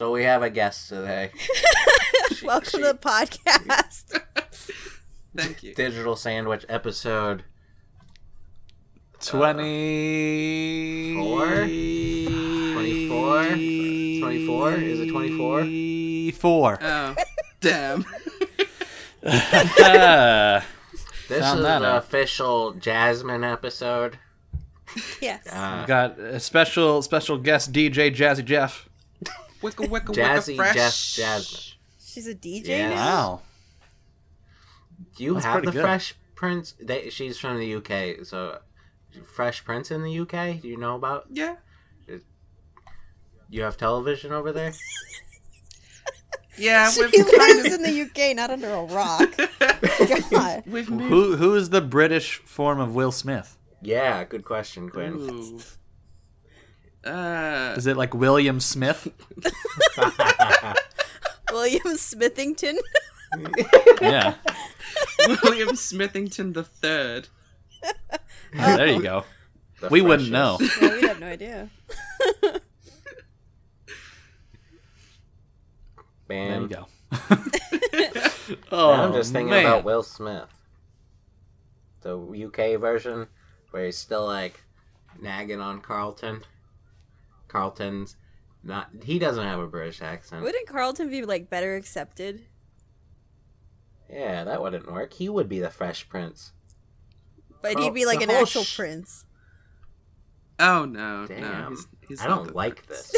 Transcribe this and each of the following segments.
So we have a guest today. She- Welcome she- to the podcast. Thank you. Digital Sandwich episode. 20 Four? 24? 24? Is it 24? 4 Oh, damn. This Found is that the out. official Jasmine episode. yes. Uh, got a special special guest DJ Jazzy Jeff Wicka wicka Jazzy wicka fresh. Jeff Jasmine. She's a DJ Yeah. now. wow Do you That's have pretty the good. Fresh Prince? They, she's from the UK, so Fresh Prince in the UK. Do you know about? Yeah. You have television over there. Yeah, She we've kind lives of in the UK, not under a rock. God. we've moved. who who is the British form of Will Smith Yeah, good question, Quinn. Ooh. Uh, is it like William Smith William Smithington. yeah William Smithington the Third. Oh, there you go The we wouldn't know freshest. yeah, we have no idea. Man, there you go Now oh I'm just thinking man. about Will Smith, the UK version where he's still like nagging on Carlton. Carlton's not. He doesn't have a British accent. Wouldn't Carlton be like better accepted? Yeah, that wouldn't work. He would be the Fresh Prince. But Well, he'd be like the an whole actual sh- prince. Oh no, no, Damn. he's, he's I not don't the like Third. this.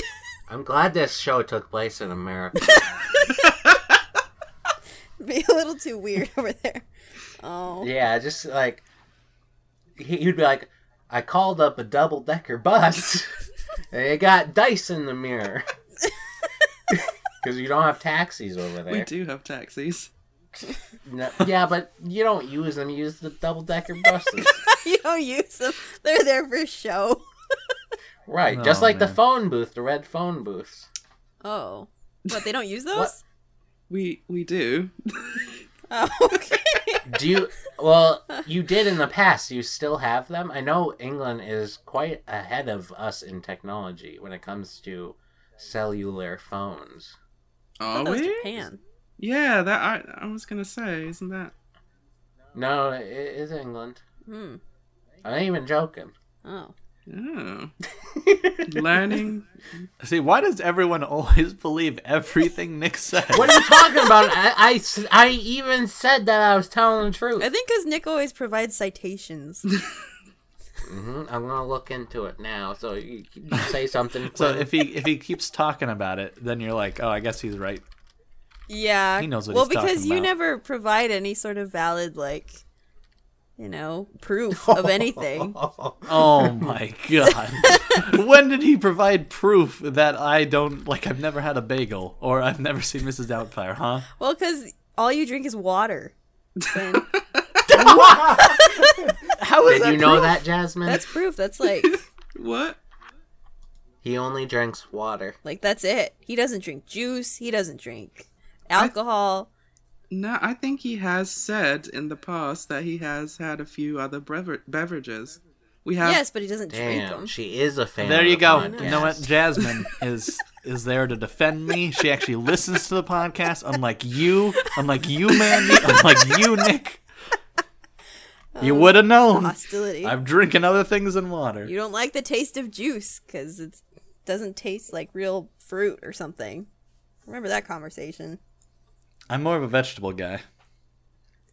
I'm glad this show took place in America. Be a little too weird over there. Oh. yeah, just like he, he'd be like, I called up a double decker bus, and it got dice in the mirror because you don't have taxis over there. We do have taxis. No- yeah, but you don't use them. You use the double decker buses, you don't use them. They're there for show. right? just Oh, like the man. phone booth, the red phone booths. Oh. But they don't use What? those? We we do. Oh, okay. Do you? Well, you did in the past. You still have them. I know England is quite ahead of us in technology when it comes to cellular phones. I thought Are that was we? Japan. Yeah, that I I was gonna say, isn't that? No, it is England. Hmm. I ain't even joking. Oh. Oh. Learning. see why does everyone always believe everything Nick says What are you talking about? I, I s- I even said that I was telling the I truth. think because Nick always provides citations. hmm I'm gonna look into it now. So you, you say something. so if he if he keeps talking about it then you're like oh I guess he's right Yeah. He knows what Well, he's talking because you about. never provide any sort of valid, like, you know, proof of anything. Oh my god. when did he provide proof that I don't like I've never had a bagel or I've never seen Mrs. Doubtfire, huh? well, because all you drink is water. And How is Did that you know proof? that, Jasmine? that's proof. That's like, What? He only drinks water. like that's it. He doesn't drink juice. He doesn't drink alcohol. No, I think he has said in the past that he has had a few other brever- beverages. We have yes, but he doesn't drink Damn, them. she is a fan. There of you the go. podcast. You know what? Jasmine is is there to defend me. She actually listens to the podcast, unlike you, unlike you, Mandy, unlike you, Nick. You would have known. Hostility. I'm drinking other things than water. You don't like the taste of juice because it doesn't taste like real fruit or something. Remember that conversation? I'm more of a vegetable guy.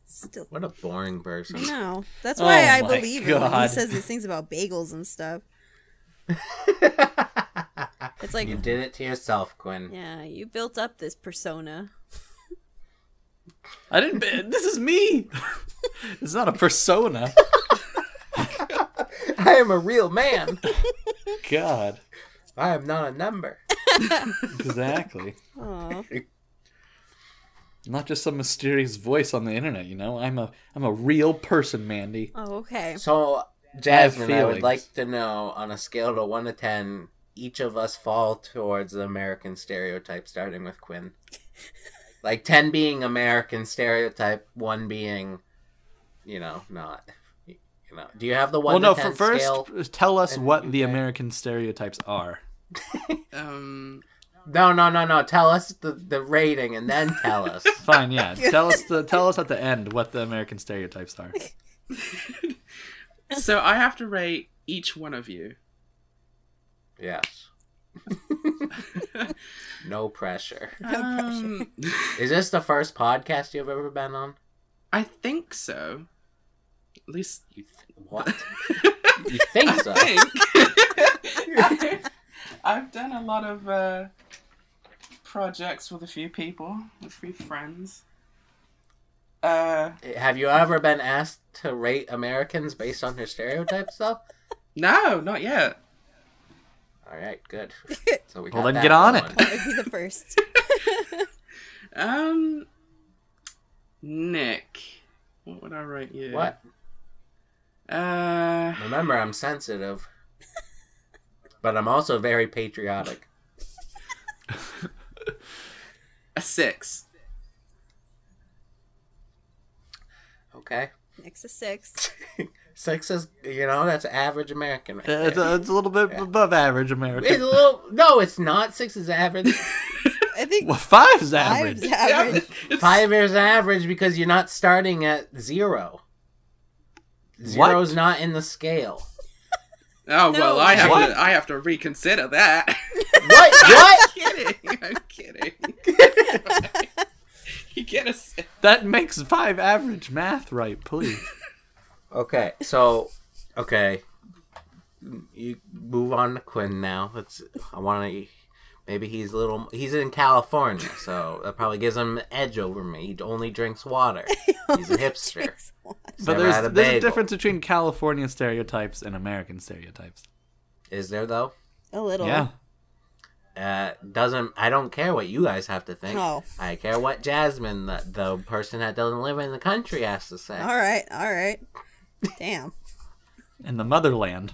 Still What a boring person. No, that's why I Oh my believe him when he God. says these things about bagels and stuff. it's like, You did it to yourself, Quinn. yeah, you built up this persona. I didn't. This is me. it's not a persona. I am a real man. God. I am not a number. Exactly. Oh, Not just some mysterious voice on the internet, you know. I'm a I'm a real person, Mandy. oh, okay. So, Jasmine, I, would feelings. like to know on a scale to 1 to 10, each of us fall towards the American stereotype, starting with Quinn. Like 10 being American stereotype, 1 being, you know, not. You know, do you have the 1 well, no. to For 10 first, scale? tell us and what the UK. American stereotypes are. um No, no, no, no. Tell us the, the rating and then tell us. Fine, yeah. tell us the tell us at the end what the American stereotypes are. So I have to rate each one of you. yes. no pressure. Um, Is this the first podcast you've ever been on? I think so. At least You th- what? you think so? think. I've done a lot of uh, projects with a few people, with a few friends. Uh, Have you ever been asked to rate Americans based on their stereotypes, though? no, not yet. All right, good. So we Well, got then that get on it. going. That would be the first. Um, Nick, what would I rate you? What? Uh, Remember, I'm sensitive, but I'm also very patriotic. a six. Okay, Next is six. six is you know that's average American. Right Uh, It's, there. a, it's a little bit above average American. It's a little. No, it's not. Six is average. I think Well, five's five's average. average. Five is average because you're not starting at zero. Zero's not in the scale. No. Oh well, I have What? to. I have to reconsider that. What? What? kidding. I'm kidding. you get a six. That makes five average math right, please. Okay, so okay, you move on to Quinn now. Let's. I want to. Maybe he's a little. He's in California, so that probably gives him an edge over me. He only drinks water. He's a hipster. He's But never there's had a there's a bagel. difference between California stereotypes and American stereotypes. Is there though? A little. Yeah. Uh, doesn't I don't care what you guys have to think. Oh. I care what Jasmine, the, the person that doesn't live in the country, has to say. All right. All right. Damn. In the motherland.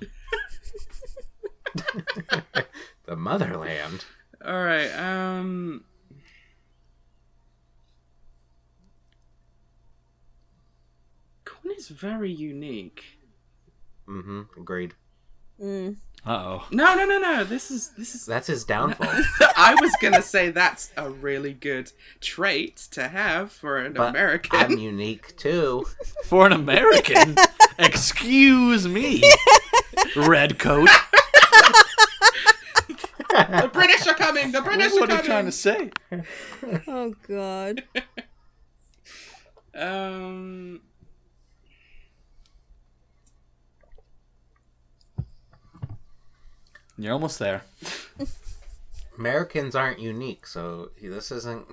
The motherland. All right. Um. Corn is very unique. Mm-hmm. Agreed. Mm. Uh oh. No, no, no, no. This is this is. That's his downfall. I was gonna say that's a really good trait to have for an But American. I'm unique too. For an American? Excuse me. Red coat. The British are coming. The British are What coming. are you trying to say? Oh God. Um. You're almost there. Americans aren't unique, so he- this isn't.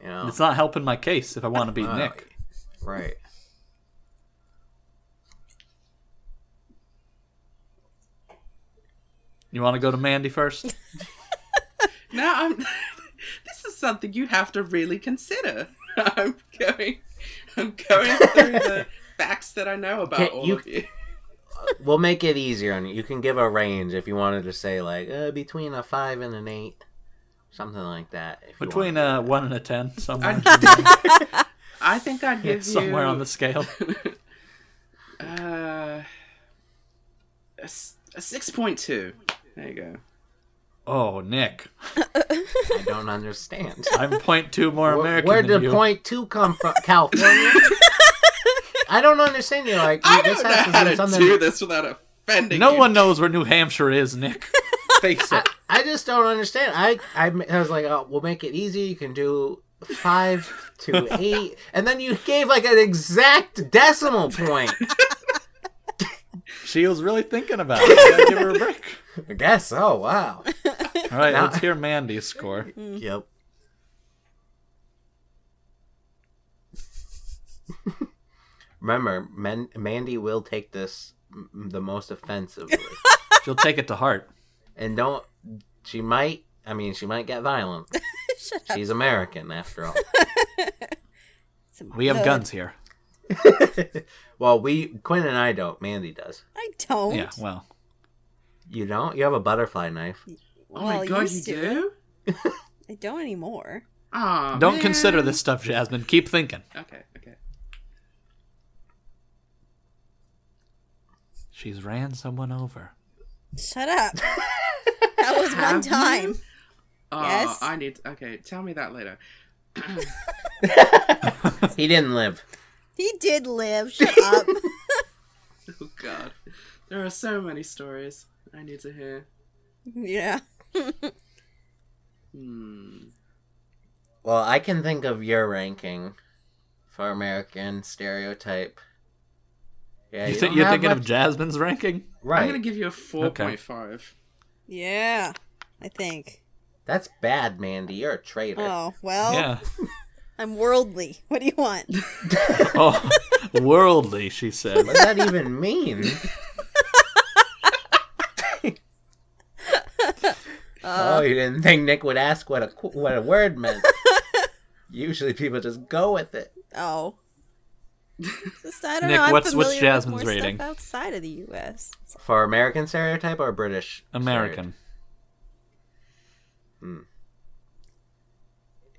You know, It's not helping my case if I want to be uh, Nick. Right. You want to go to Mandy first? No, I'm. this is something you have to really consider. I'm going. I'm going through the facts that I know about Can't all you- of you. We'll make it easier on you. You can give a range if you wanted to say like uh, between a five and an eight, something like that. if you Between wanted. a one and a ten, somewhere, I think I'd give you somewhere on the scale. uh, a, s- a six point two. There you go. Oh, Nick, I don't understand. I'm point two more Wh- American Where than did you. point two come from? California. I don't understand you. Like you I just don't know have to how do to something. do this without offending. No you. one knows where New Hampshire is, Nick. Face it. I just don't understand. I I, ma- I was like, oh, we'll make it easy. You can do five to eight, and then you gave like an exact decimal point. She was really thinking about it. You gotta give her a break. I guess. Oh wow. All right, Now- let's hear Mandy's score. Yep. Remember, Man- Mandy will take this m- the most offensively, She'll take it to heart. and don't. She might. I mean, she might get violent. She's American after all. It's in my We have blood. guns here. well, we Quinn and I don't. Mandy does. I don't. Yeah, Oh well, You don't. You have a butterfly knife. Oh Well, my I god, you used to. do. I don't anymore. Ah, Oh, don't man. consider this stuff, Jasmine. Keep thinking. Okay, okay. She's ran someone over. Shut up. that was one Have you? time. Oh, Yes. I need. Okay, tell me that later. He didn't live. He did live. Shut up. Oh God, there are so many stories I need to hear. Yeah. Hmm. Well, I can think of your ranking for American stereotype. Yeah, You you think don't you're have thinking of much- Jasmine's ranking? I'm right? gonna give you a four point five. Yeah. I think. That's bad, Mandy. You're a traitor. Oh, well, Yeah. I'm worldly. What do you want? Oh, worldly, she said. What does that even mean? oh, you didn't think Nick would ask what a qu- what a word meant? Usually, people just go with it. Oh. Just, I don't Nick, know. I'm what's- what's familiar with Jasmine's more stuff rating? outside of the U.S. For American stereotype or British? American. stereotype?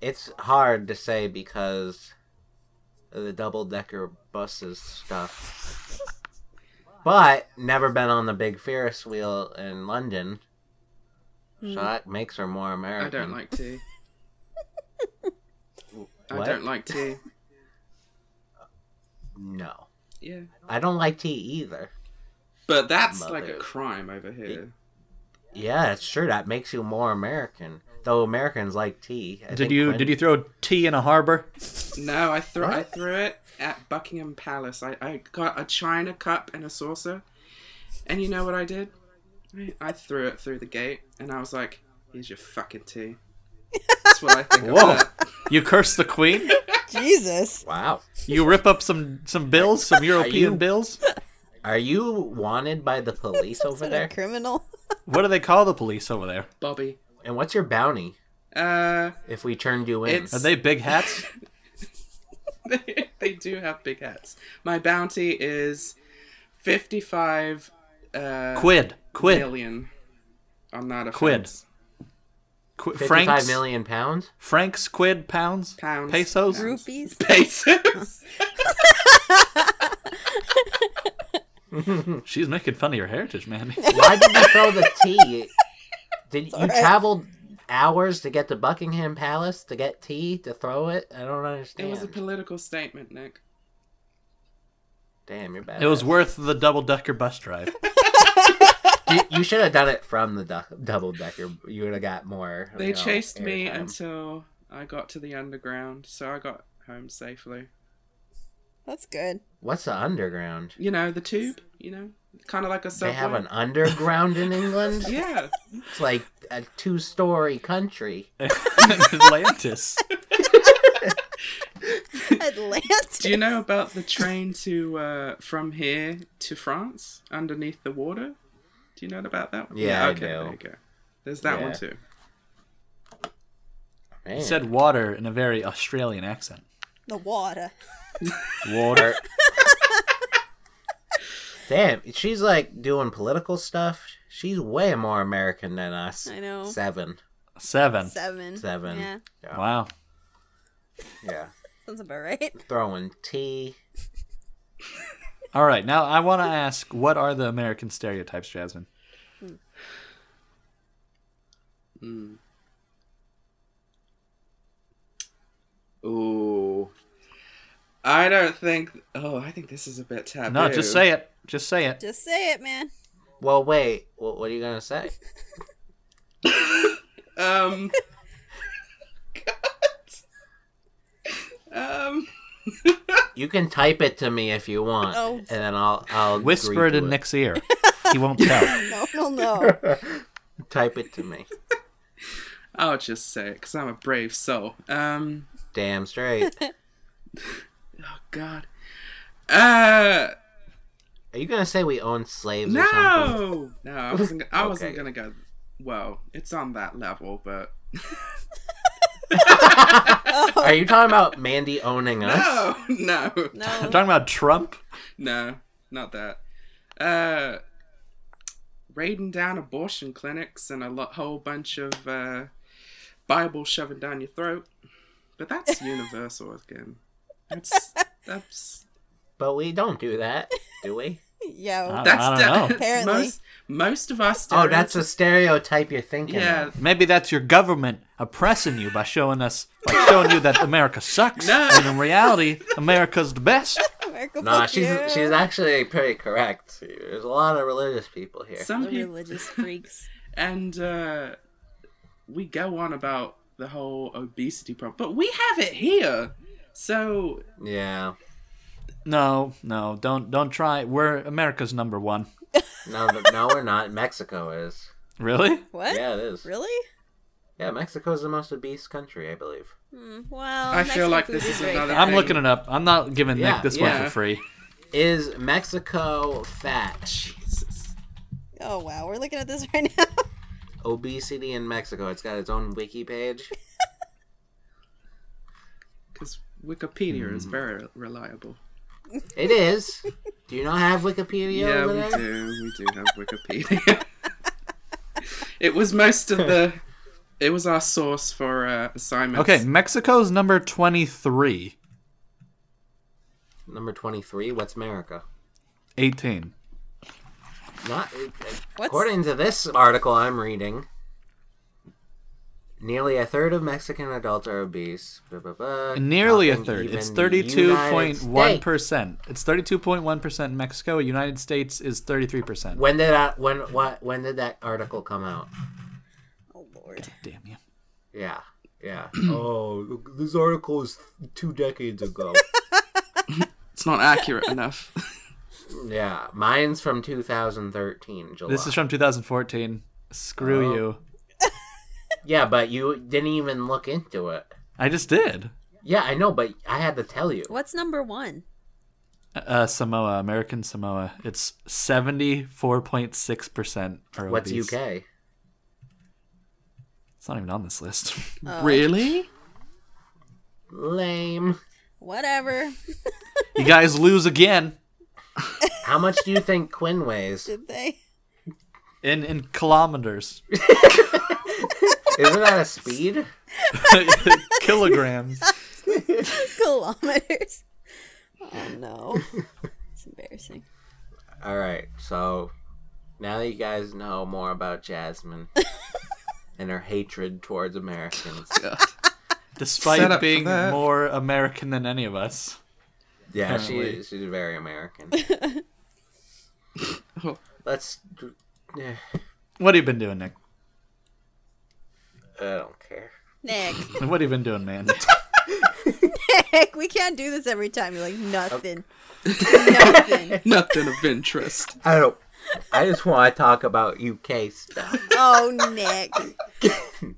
It's hard to say because of the double decker buses stuff. But never been on the big Ferris wheel in London, so that makes her more Hmm. I American. don't like tea. I What? don't like tea. No, Yeah, I don't like tea either. but that's like a Mother. crime over here. Yeah, it's true. That makes you more American. Though Americans like tea. I Did think you Quinn- did you throw tea in a harbor? No, I threw I threw it at Buckingham Palace. I, I got a china cup and a saucer, and you know what I did? I, I threw it through the gate, and I was like, "Here's your fucking tea." That's what I think of Whoa. that. You curse the queen? Jesus. Wow. You rip up some some bills, some European you- bills? Are you wanted by the police over What a there? criminal. What do they call the police over there? Bobby. And what's your bounty Uh, if we turned you in? It's- Are they big hats? they, they do have big hats. My bounty is fifty-five uh, Quid. Quid. million on that offense. Quid. Qu- Fifty-five francs. million pounds? Francs, quid, pounds, Pounds. pesos. Pounds. Rupees. pesos. She's making fun of your heritage, man. Why did you throw the tea? Did you alright. traveled hours to get to Buckingham Palace to get tea to throw it? I don't It understand. was a political statement, Nick. Damn, you're bad. It was worth the double decker bus drive. You, you should have done it from the du- double decker. You would have got more. They you know, chased me airtime. until I got to the underground, so I got home safely. That's good. What's the underground? You know, the tube, you know, kind of like a subway. They have an underground in England. Yeah. It's like a two-story country. Atlantis. Atlantis. Do you know about the train to uh, from here to France underneath the water? Do you know about that one? Yeah, I okay, do. there you go. There's that one Yeah. too. Man. He said water in a very Australian accent. The water. Water. Damn, she's like doing political stuff. She's way more American than us. I know. Seven. Seven. Seven. Seven. Yeah. Yeah. Wow. yeah. Sounds about right. Throwing tea. All right. Now I want to ask what are the American stereotypes, Jasmine? Mm. Ooh. I don't think. Oh, I think this is a bit taboo. No, just say it. Just say it. Just say it, man. Well, wait. What, what are you gonna say? Um. God. Um. You can type it to me if you want, Oh. and then I'll I'll Whisper agree it to in Nick's ear. He won't tell. No, no, no. Type it to me. I'll just say it because I'm a brave soul. Um. Damn straight. Oh God. Uh. Are you gonna say we own slaves or something? No. No. I wasn't. I wasn't Okay. gonna go. Well, it's on that level, but Oh, Are you talking about Mandy owning us? no, no, I'm No. talking about Trump. no, not that. Uh. Raiding down abortion clinics and a lo- whole bunch of uh, Bible shoving down your throat, but that's universal again. That's that's But we don't do that, do we? Yo. I don't- That's know. Apparently. most most of us. Oh, that's a stereotype you're thinking. yeah. Of. Maybe that's your government oppressing you by showing us, by showing you that America sucks, No. and in reality, America's the best. America, Nah, fuck she's you. she's actually pretty correct. There's a lot of religious people here. Some The people religious freaks. and uh, we go on about the whole obesity problem, but we have it here. So Yeah. No, no, don't don't try. We're America's number one. No, th- no, we're not. Mexico is. Really? What? Yeah, it is. Really? Yeah, Mexico is the most obese country, I believe. Hmm. Well, I feel Mexican like food this is very another- good. I'm Hey. looking it up. I'm not giving Yeah, Nick this one yeah. for free. Is Mexico fat? Jesus, Oh wow, we're looking at this right now. Obesity in Mexico. It's got its own wiki page. because Wikipedia is very reliable. It is. Do you not have Wikipedia Yeah, over we there? do. We do have Wikipedia. it was most of the. It was our source for uh, assignments. Okay, Mexico's number 23, Number 23, what's America? 18. Not According to this article I'm reading, nearly a third of Mexican adults are obese. Blah, blah, blah. Nearly a Nothing third. even It's United States. 32.1%. It's 32.1% in Mexico. United States is 33%. When did that when what when did that article come out? Oh lord. Damn you. Yeah. Yeah. oh, look, this article is two decades ago. It's not accurate enough. yeah, mine's from 2013 July. This is from 2014. Screw Oh. you. yeah, but you didn't even look into it. I just did. Yeah, I know, but I had to tell you. What's number one? Uh, Samoa, American Samoa. It's 74.6% are What's obese. UK? It's not even on this list. Oh. Really? Lame. Whatever. you guys lose again How much do you think Quinn weighs? Did they? in, in kilometers, Isn't that a speed? kilograms. Kilometers. Oh no. It's embarrassing. All right, so now that you guys know more about Jasmine and her hatred towards Americans, Set up Despite for being that. more American than any of us. yeah, she, Apparently. she's very American. Oh. Let's. eh, What have you been doing, Nick? I don't care. Nick, What have you been doing, man? Nick, we can't do this every time. You're like nothing. nothing. Nothing of interest. I don't. I just want to talk about UK stuff. Oh Nick.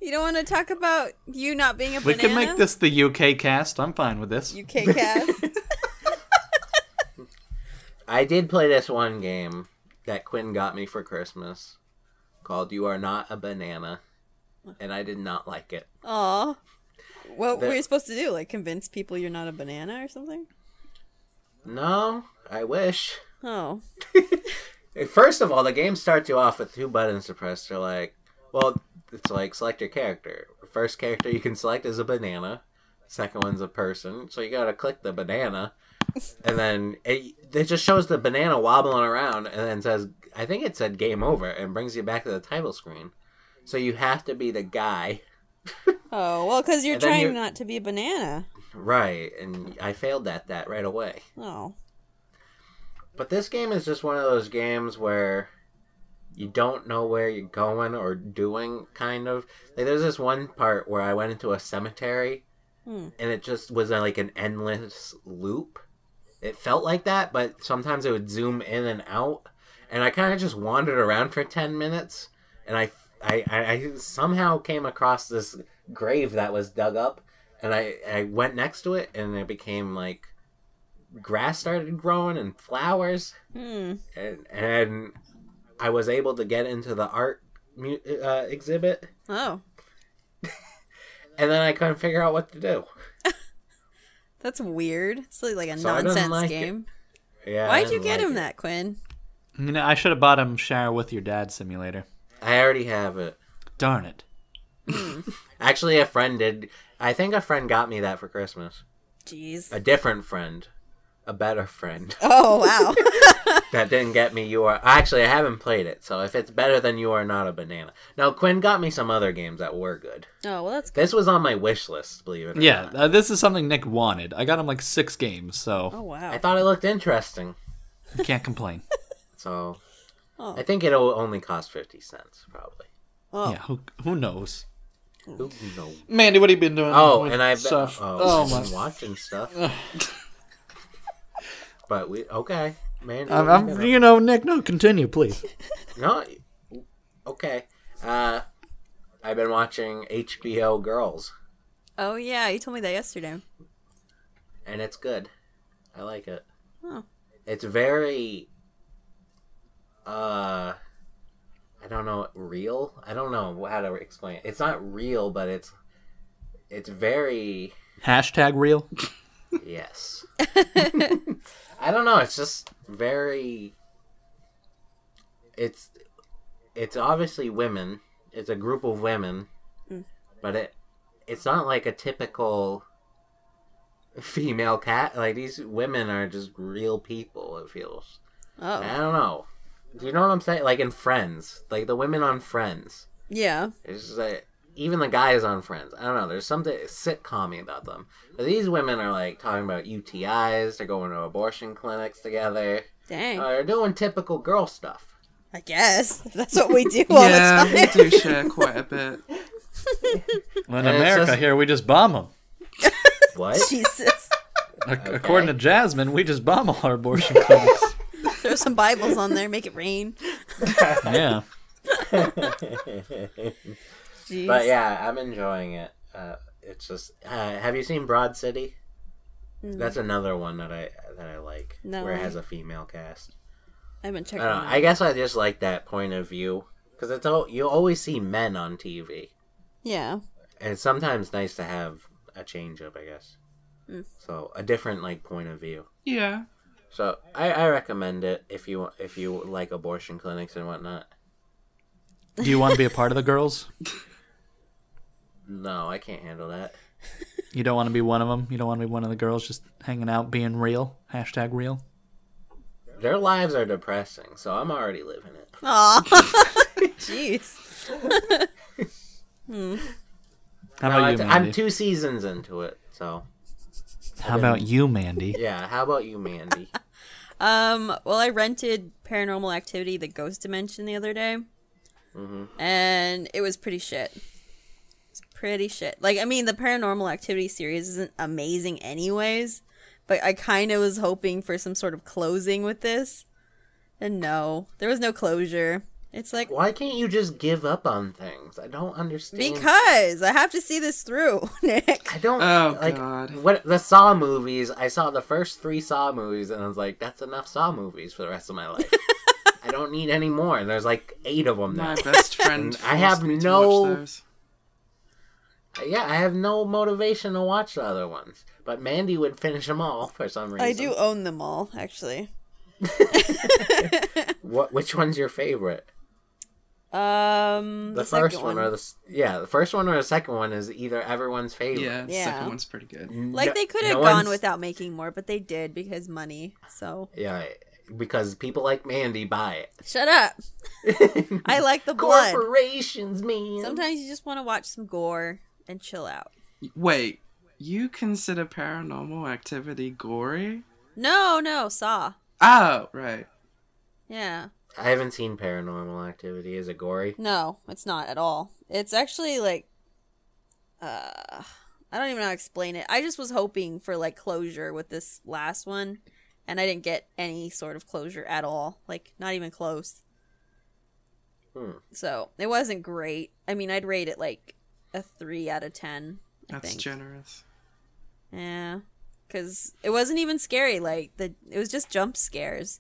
You don't want to talk about you not being a We banana? can make this the UK cast. I'm fine with this. UK cast. I did play this one game that Quinn got me for Christmas called You Are Not a Banana, and I did not like it. Aw. What That- were you supposed to do? Like convince people you're not a banana or something? No, I wish. Oh. First of all, the game starts you off with two buttons to press. They're like, well, it's like select your character. The first character you can select is a banana. Second one's a person. So you gotta click the banana, and then it, it just shows the banana wobbling around, and then says, I think it said game over, and brings you back to the title screen. So you have to be the guy, Oh, well, because you're And then trying you- not to be a banana. right? And I failed at that right away. Oh. But this game is just one of those games where you don't know where you're going or doing, kind of. Like, there's this one part where I went into a cemetery Hmm. and it just was uh, like an endless loop. It felt like that, but sometimes it would zoom in and out. And I kind of just wandered around for 10 minutes and I, I, I, I somehow came across this grave that was dug up and I, I went next to it and it became like grass started growing and flowers Hmm. and and I was able to get into the art mu- uh, exhibit, Oh. and then I couldn't figure out what to do. That's weird. It's like, like a So I don't nonsense like it. game. Yeah, I Why'd you didn't get like him it. that, Quinn? You know, I should have bought him Shower with Your Dad simulator. I already have it. Darn it. Actually, a friend did. I think a friend got me that for Christmas. Jeez. A different friend, a better friend. Oh wow. That didn't get me. You are actually I haven't played it, so if it's better than you are not a banana. Now Quinn got me some other games that were good. oh well, that's good. This was on my wish list, believe it or Yeah, not. uh, this is something Nick wanted. I got him like six games, Oh so I wow. thought it looked interesting, I can't complain. so Oh. I think it'll only cost fifty cents probably. Oh. Yeah, who who knows? Who knows? Mandy, what have you been doing? Oh, with and I've been, stuff. Oh, Oh, I've my. been watching stuff. but we okay, man. I'm, I'm, you know, Nick. No, continue, please. no, okay. Uh, I've been watching HBO Girls, Oh yeah, you told me that yesterday. and it's good. I like it. Oh. It's very, uh, I don't know, real. I don't know how to explain it. It's not real, but it's it's very Hashtag real. Yes. I don't know. It's just very. It's it's obviously women. It's a group of women, but it it's not like a typical female cat. Like these women are just real people. It feels. Oh I don't know. Do you know what I'm saying? Like in Friends, like the women on Friends. yeah. It's just like even the guys on Friends. I don't know. There's something sitcommy about them. But these women are like talking about UTIs. They're going to abortion clinics together. Dang. Uh, they're doing typical girl stuff. I guess that's what we do all Yeah, the we time. do share quite a bit. In it's America, just- here we just bomb them. What? Jesus. According to Jasmine, we just bomb all our abortion clinics. Throw some Bibles on there, make it rain. yeah. Jeez. but yeah, I'm enjoying it. Uh, it's just. Uh, have you seen Broad City? That's another one that I that I like. No. Where it has a female cast. I haven't checked. I don't know. I guess I just like that point of view because it's all you always see men on TV. Yeah. and it's sometimes nice to have a change up, I guess. So a different like point of view. Yeah. So I, I recommend it if you if you like abortion clinics and whatnot. Do you want to be a part of the girls? No, I can't handle that. You don't want to be one of them. You don't want to be one of the girls just hanging out, being real. Hashtag real. Their lives are depressing, so I'm already living it. Aw. Jeez. How No, about you, I- Mandy? I'm two seasons into it, so How about you, Mandy? yeah. How about you, Mandy? Um. Well, I rented Paranormal Activity: The Ghost Dimension the other day, Mm-hmm. and it was pretty shit. It's pretty shit. Like, I mean, the Paranormal Activity series isn't amazing, anyways. But I kind of was hoping for some sort of closing with this, and no, there was no closure. It's like Why can't you just give up on things? I don't understand. because I have to see this through, Nick. I don't Oh, like God. what the Saw movies. I saw the first three Saw movies, and I was like, "That's enough Saw movies for the rest of my life. I don't need any more." And there's like eight of them now. My best friend. I have forced me to no- watch those. yeah, I have no motivation to watch the other ones, but Mandy would finish them all for some reason. I do own them all, actually. What? Which one's your favorite? Um, The, second first one, or the s- yeah, the first one or the second one is either everyone's favorite. Yeah, the Yeah. second one's pretty good. Like No- they could no have gone one's- without making more, but they did because money. So Yeah, because people like Mandy buy it. shut up. I like the blood. Corporations, man. Sometimes you just want to watch some gore and chill out. Wait, you consider paranormal activity gory? No, no, Saw. Oh, right. Yeah, I haven't seen Paranormal Activity. Is it gory? no, it's not at all. It's actually like, uh, I don't even know how to explain it. I just was hoping for like closure with this last one, and I didn't get any sort of closure at all. Like not even close. Hmm. So it wasn't great. I mean, I'd rate it like a three out of ten. I That's think. generous. Yeah, because it wasn't even scary. Like the, it was just jump scares,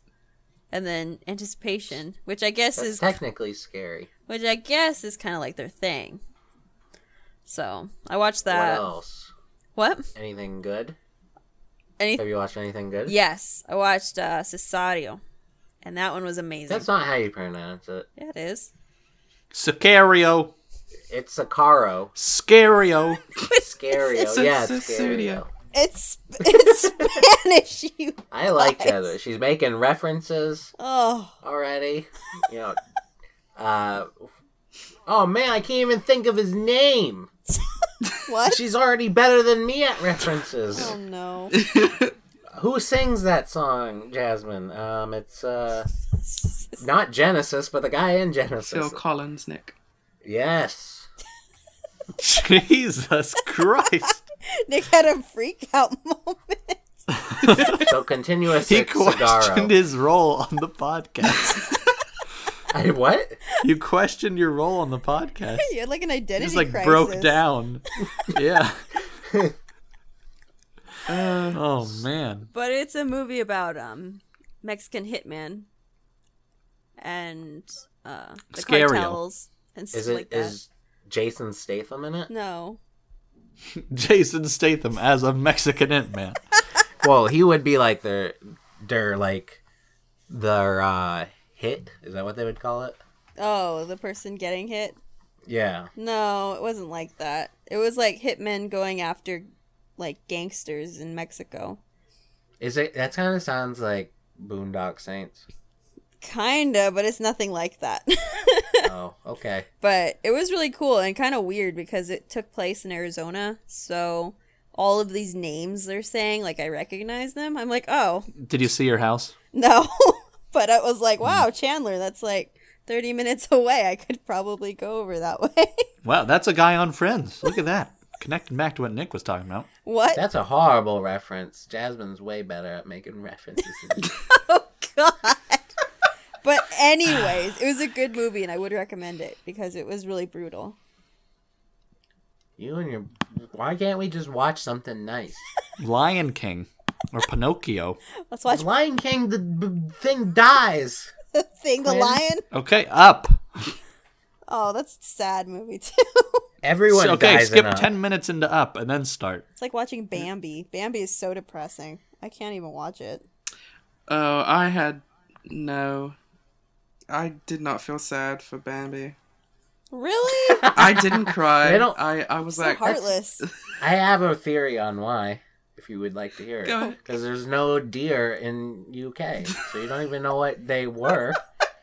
and then anticipation, which I guess That's is, technically scary. which I guess is kind of like their thing. So I watched what that. else? What? Anything good? Any? Have you watched anything good? Yes, I watched uh Cesario, and that one was amazing. That's not how you pronounce it. yeah, it is. Sicario. It's Sicaro. Scario. Scario. It's a yeah, it's Susudio. Scario. It's it's Spanish. You. I like Guys. that. though. She's making references Oh, already. You know. Uh, oh man, I can't even think of his name. what? She's already better than me at references. Oh no. Who sings that song, Jasmine? Um, it's uh, not Genesis, but the guy in Phil Genesis. Collins, Nick. Yes. Jesus Christ. Nick had a freak out moment. So continuous He it's Cigaro. questioned his role on the podcast. I, what? you questioned your role on the podcast. You had like an He identity just like crisis. broke down. Yeah. Uh, oh man. But it's a movie about um Mexican hitman and uh the Scario. cartels and stuff Is it is like that. Jason Statham in it? No. Jason Statham as a Mexican ant man. Well, he would be like their their like their uh hit. Is that what they would call it? Oh, the person getting hit. Yeah. No, it wasn't like that. It was like hitmen going after like gangsters in Mexico. Is it that kind of sounds like Boondock Saints? Kinda, but it's nothing like that. oh, okay. but it was really cool and kind of weird because it took place in Arizona. So all of these names they're saying, like I recognize them. I'm like, oh Did you see your house? no, but I was like, wow, Chandler, that's like 30 minutes away. I could probably go over that way. Wow, that's a guy on Friends. Look at that. Connecting back to what Nick was talking about. what? That's a horrible reference. Jasmine's way better at making references. than me. oh God. But anyways, it was a good movie and I would recommend it because it was really brutal. you and your why can't we just watch something nice? Lion King or Pinocchio. Let's watch Lion King, the b- thing dies. the thing, the Quinn. lion. Okay, up. Oh, that's a sad movie too. Everyone So, okay, dies. skip in a- 10 minutes into up and then start. It's like watching Bambi. Bambi is so depressing. I can't even watch it. Oh, I had no. I did not feel sad for Bambi. Really? I didn't cry. They don't- I, I was so like, heartless. I have a theory on why, if you would like to hear Go it. ahead. Because there's no deer in UK, so you don't even know what they were.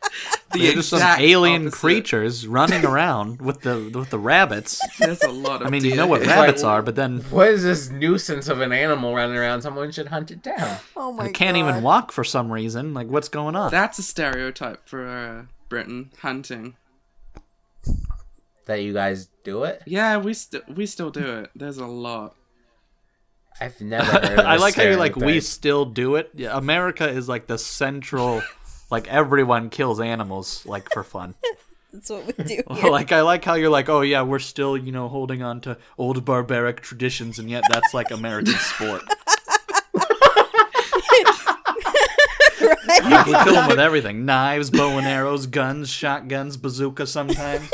the They're just some exact alien opposite. creatures running around with the with the rabbits. There's a lot of. I mean, you deer know what here. rabbits are, but then What is this nuisance of an animal running around? Someone should hunt it down. Oh my they can't god. even walk for some reason. Like, what's going on? That's a stereotype for uh, Britain hunting. That you guys do it? Yeah, we still we still do it. There's a lot. I've never heard of I this like how you're like, we stereotype. still do it. Yeah, America is like the central, like everyone kills animals like for fun. That's what we do. Here. like I like how you're like, oh yeah, we're still you know holding on to old barbaric traditions, and yet that's like American sport. Right? You can kill them with everything: knives, bow and arrows, guns, shotguns, bazooka. Sometimes.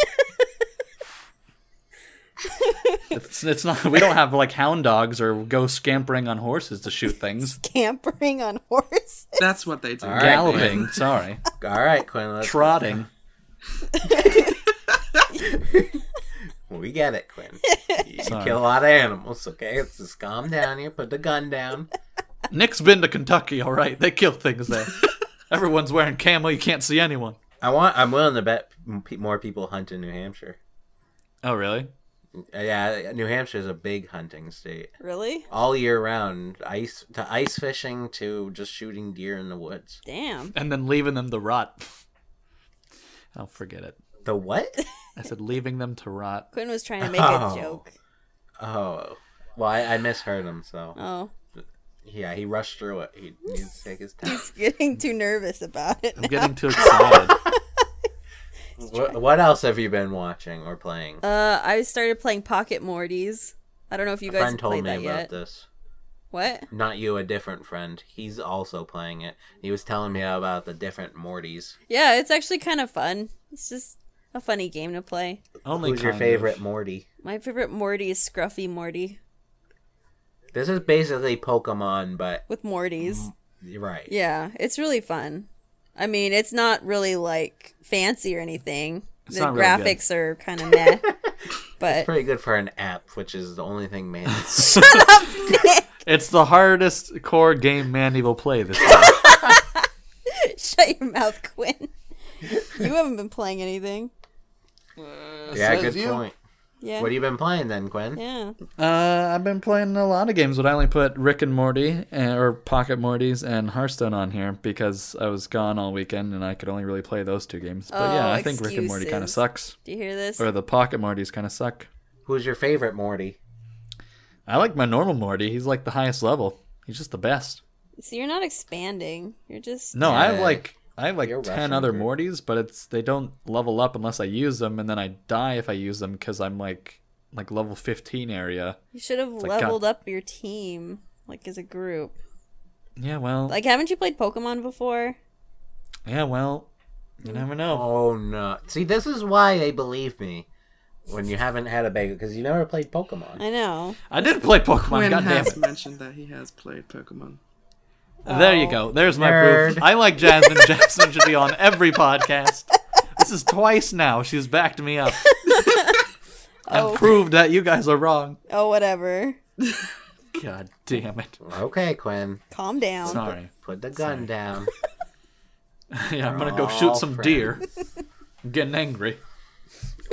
It's, it's not. We don't have like hound dogs or go scampering on horses to shoot things. Campering on horses. That's what they do. All right. Galloping. Sorry. All right, Quinn. Let's, Trotting. we get it, Quinn. You Sorry. kill a lot of animals, okay? Let's just calm down here. Put the gun down. Nick's been to Kentucky, all right. They kill things there. Everyone's wearing camo. You can't see anyone. I want. I'm willing to bet m- pe- more people hunt in New Hampshire. Oh, really? Uh, Yeah, New Hampshire is a big hunting state. Really? all year round ice to ice fishing to just shooting deer in the woods Damn. And then leaving them to rot. I'll forget it. the what I said leaving them to rot. Quinn was trying to make Oh. a joke. oh well i, I misheard him so Oh, yeah he rushed through it he needs to take his time he's getting too nervous about it. I'm getting too excited. what, what else have you been watching or playing Uh, I started playing Pocket Mortys. I don't know if you a guys have friend told played me that about yet. this What? not you a different friend he's also playing it he was telling me about the different mortys Yeah, it's actually kind of fun. It's just a funny game to play. Only who's your kind favorite of. morty My favorite Morty is Scruffy Morty this is basically pokemon but with Mm-hmm. Mortys. you're right Yeah, it's really fun. I mean, it's not really like fancy or anything. It's the not really good. graphics are kind of meh, But Pretty good for an app, which is the only thing made. It's the hardest core game Mandy will play this year. shut your mouth, Quinn. You haven't been playing anything. yeah, Says good you. point. Yeah. What have you been playing then, Quinn? yeah. Uh, I've been playing a lot of games, but I only put Rick and Morty uh, or Pocket Mortys and Hearthstone on here because I was gone all weekend and I could only really play those two games. But yeah, Oh, I think Rick and Morty kind of excuses. sucks, Do you hear this? or the Pocket Mortys kind of suck. Who's your favorite Morty? I like my normal Morty. He's like the highest level. He's just the best. So you're not expanding. You're just No, I have Yeah. like I have like You're ten rushing other through. Mortys, but it's they don't level up unless I use them, and then I die if I use them because I'm like like level fifteen area. you should have like, God- leveled up your team like as a group. Yeah, well, Like haven't you played Pokemon before? yeah, well, you never know. Oh no! See, this is why they believe me when you haven't had a bagel because you never played Pokemon. I know. I did play Pokemon. Quinn God damn has it! mentioned that he has played Pokemon. There you go. There's my Nerd. proof. I like Jasmine. Jasmine should be on every podcast. This is twice now. She's backed me up. Oh. I've proved that you guys are wrong. Oh whatever. God damn it. Okay, Quinn, Calm down. Sorry. put the gun down. yeah, I'm gonna go We're shoot all some friends. deer. I'm getting angry.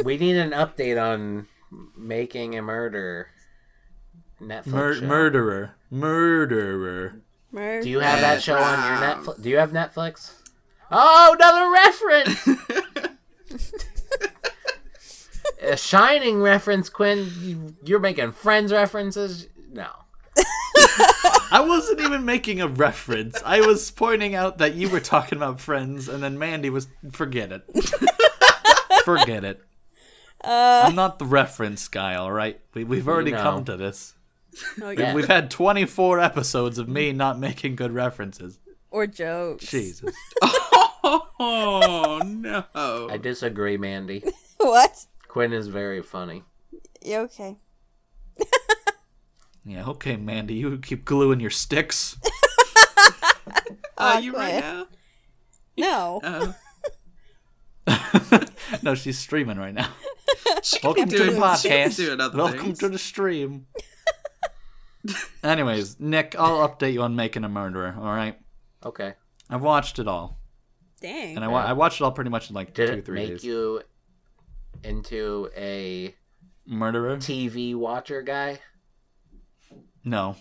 we need an update on making a murder. Netflix Mur- show. murderer. Murderer. Mer- Do you have that show on um, your Netflix? Do you have Netflix? Oh, another reference. a shining reference, Quinn. You, you're making friends references. No. I wasn't even making a reference. I was pointing out that you were talking about friends, and then Mandy was. Forget it. Forget it. I'm not the reference guy, alright? We, we've already No. come to this. Okay. We've had 24 episodes of me not making good references. or jokes. Jesus. Oh no! I disagree, Mandy. What? Quinn is very funny. Yeah, okay. Yeah, okay, Mandy, you keep gluing your sticks. Are Ah, Quinn. you right now? No. Oh. no, she's streaming right now. She could be Welcome to the doing, she could be doing podcast. other Welcome things. to the stream. Anyways, Nick, I'll update you on Making a Murderer, alright? Okay. I've watched it all. Dang. And I, wa- I watched it all pretty much in like Did two, it three make days. you into a Murderer? TV watcher guy? No.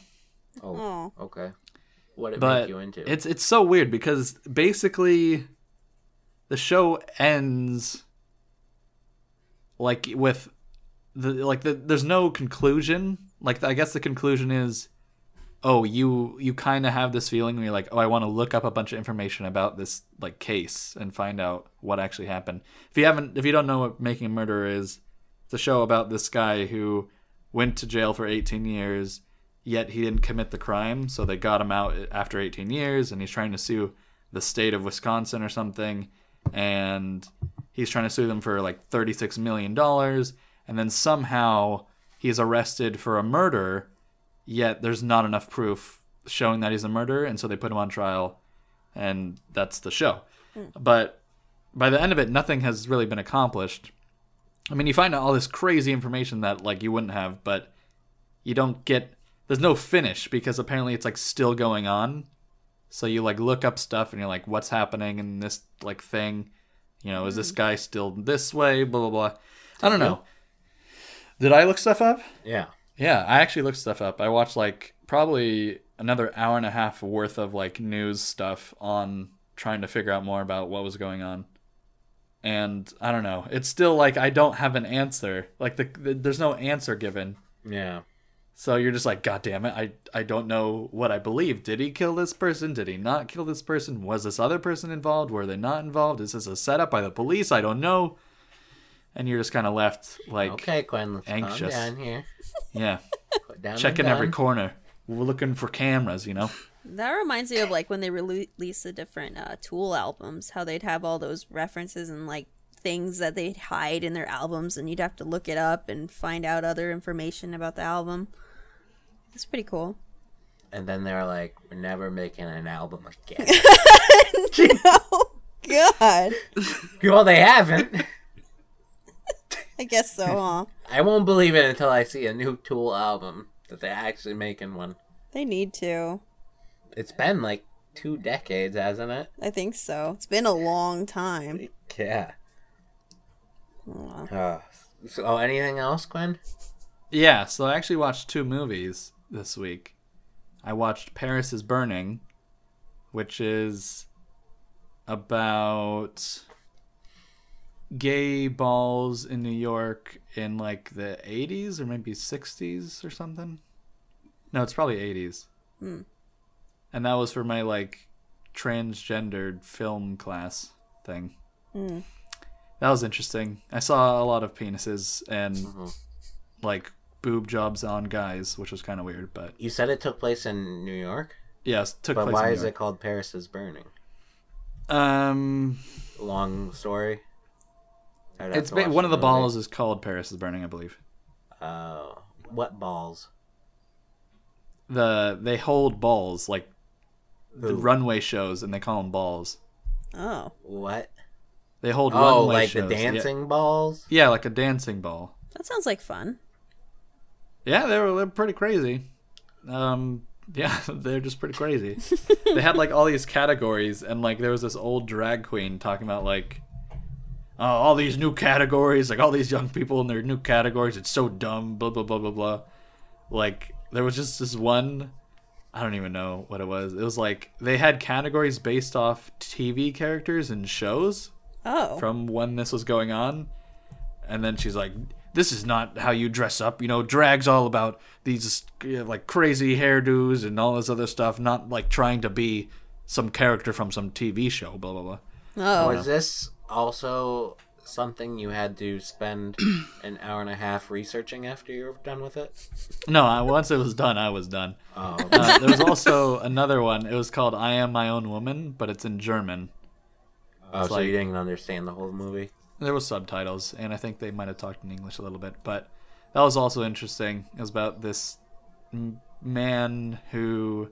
Oh, oh. okay. What did it but make you into? it's it's so weird because basically the show ends like with the like the, there's no conclusion like i guess the conclusion is oh you you kind of have this feeling where you're like oh i want to look up a bunch of information about this like case and find out what actually happened if you haven't if you don't know what making a murderer is it's a show about this guy who went to jail for 18 years yet he didn't commit the crime so they got him out after 18 years and he's trying to sue the state of wisconsin or something and he's trying to sue them for like 36 million dollars and then somehow he's arrested for a murder yet there's not enough proof showing that he's a murderer and so they put him on trial and that's the show but by the end of it nothing has really been accomplished i mean you find out all this crazy information that like you wouldn't have but you don't get there's no finish because apparently it's like still going on so you like look up stuff and you're like what's happening in this like thing you know is this guy still this way blah blah blah i don't know did i look stuff up yeah. yeah, I actually looked stuff up. I watched like probably another hour and a half worth of like news stuff on trying to figure out more about what was going on. And I don't know. It's still like I don't have an answer. Like the, the there's no answer given. Yeah. So you're just like, God damn it, I, I don't know what I believe. Did he kill this person? Did he not kill this person? Was this other person involved? Were they not involved? Is this a setup by the police? I don't know. And you're just kind of left like, Okay, Quinn. Let's anxious. calm down here. yeah, Put down the checking every gun. corner. We're looking for cameras, you know? That reminds me of like when they rele- release the different uh, Tool albums, how they'd have all those references and like things that they'd hide in their albums, and you'd have to look it up and find out other information about the album. It's pretty cool. And then they're like, "We're never making an album again." oh God! well, they haven't. I guess so, huh? I won't believe it until I see a new Tool album that they're actually making one. They need to. It's been like two decades, hasn't it? I think so. It's been a long time. Yeah. Aw. Uh, so, oh, anything else, Gwen? Yeah, so I actually watched two movies this week. I watched Paris is Burning, which is about gay balls in New York in like the 80s or maybe 60s or something. No, it's probably 80s. And that was for my like transgendered film class thing. That was interesting. I saw a lot of penises and like boob jobs on guys, which was kind of weird, but You said it took place in New York, yes, took but place. why in is it called Paris is Burning? it? Um, Long story. I'd have it's to ba- watch one of the movie. balls is called Paris is Burning, I believe. Oh, what balls? The they hold balls like the Who? runway shows, and they call them balls. Oh, What? They hold Oh, runway like shows. the yeah. dancing balls. Yeah. like a dancing ball. that sounds like fun. Yeah, they were they're pretty crazy. Um, yeah, they're just pretty crazy. they had like all these categories, and like there was this old drag queen talking about like oh, all these new categories, like all these young people and their new categories. It's so dumb. Blah blah blah blah blah. Like there was just this one. I don't even know what it was. It was like they had categories based off TV characters and shows Oh, from when this was going on. And then she's like, "This is not how you dress up. You know, drag's all about these uh, like crazy hairdos and all this other stuff, not like trying to be some character from some TV show." Blah blah blah. oh, Was this also something you had to spend an hour and a half researching after you were done with it? No, I, once it was done, I was done. Oh, Uh, there was also another one. It was called "I Am My Own Woman," but it's in German. oh, so like- you didn't understand the whole movie? There was subtitles, and I think they might have talked in English a little bit, but that was also interesting. It was about this m- man who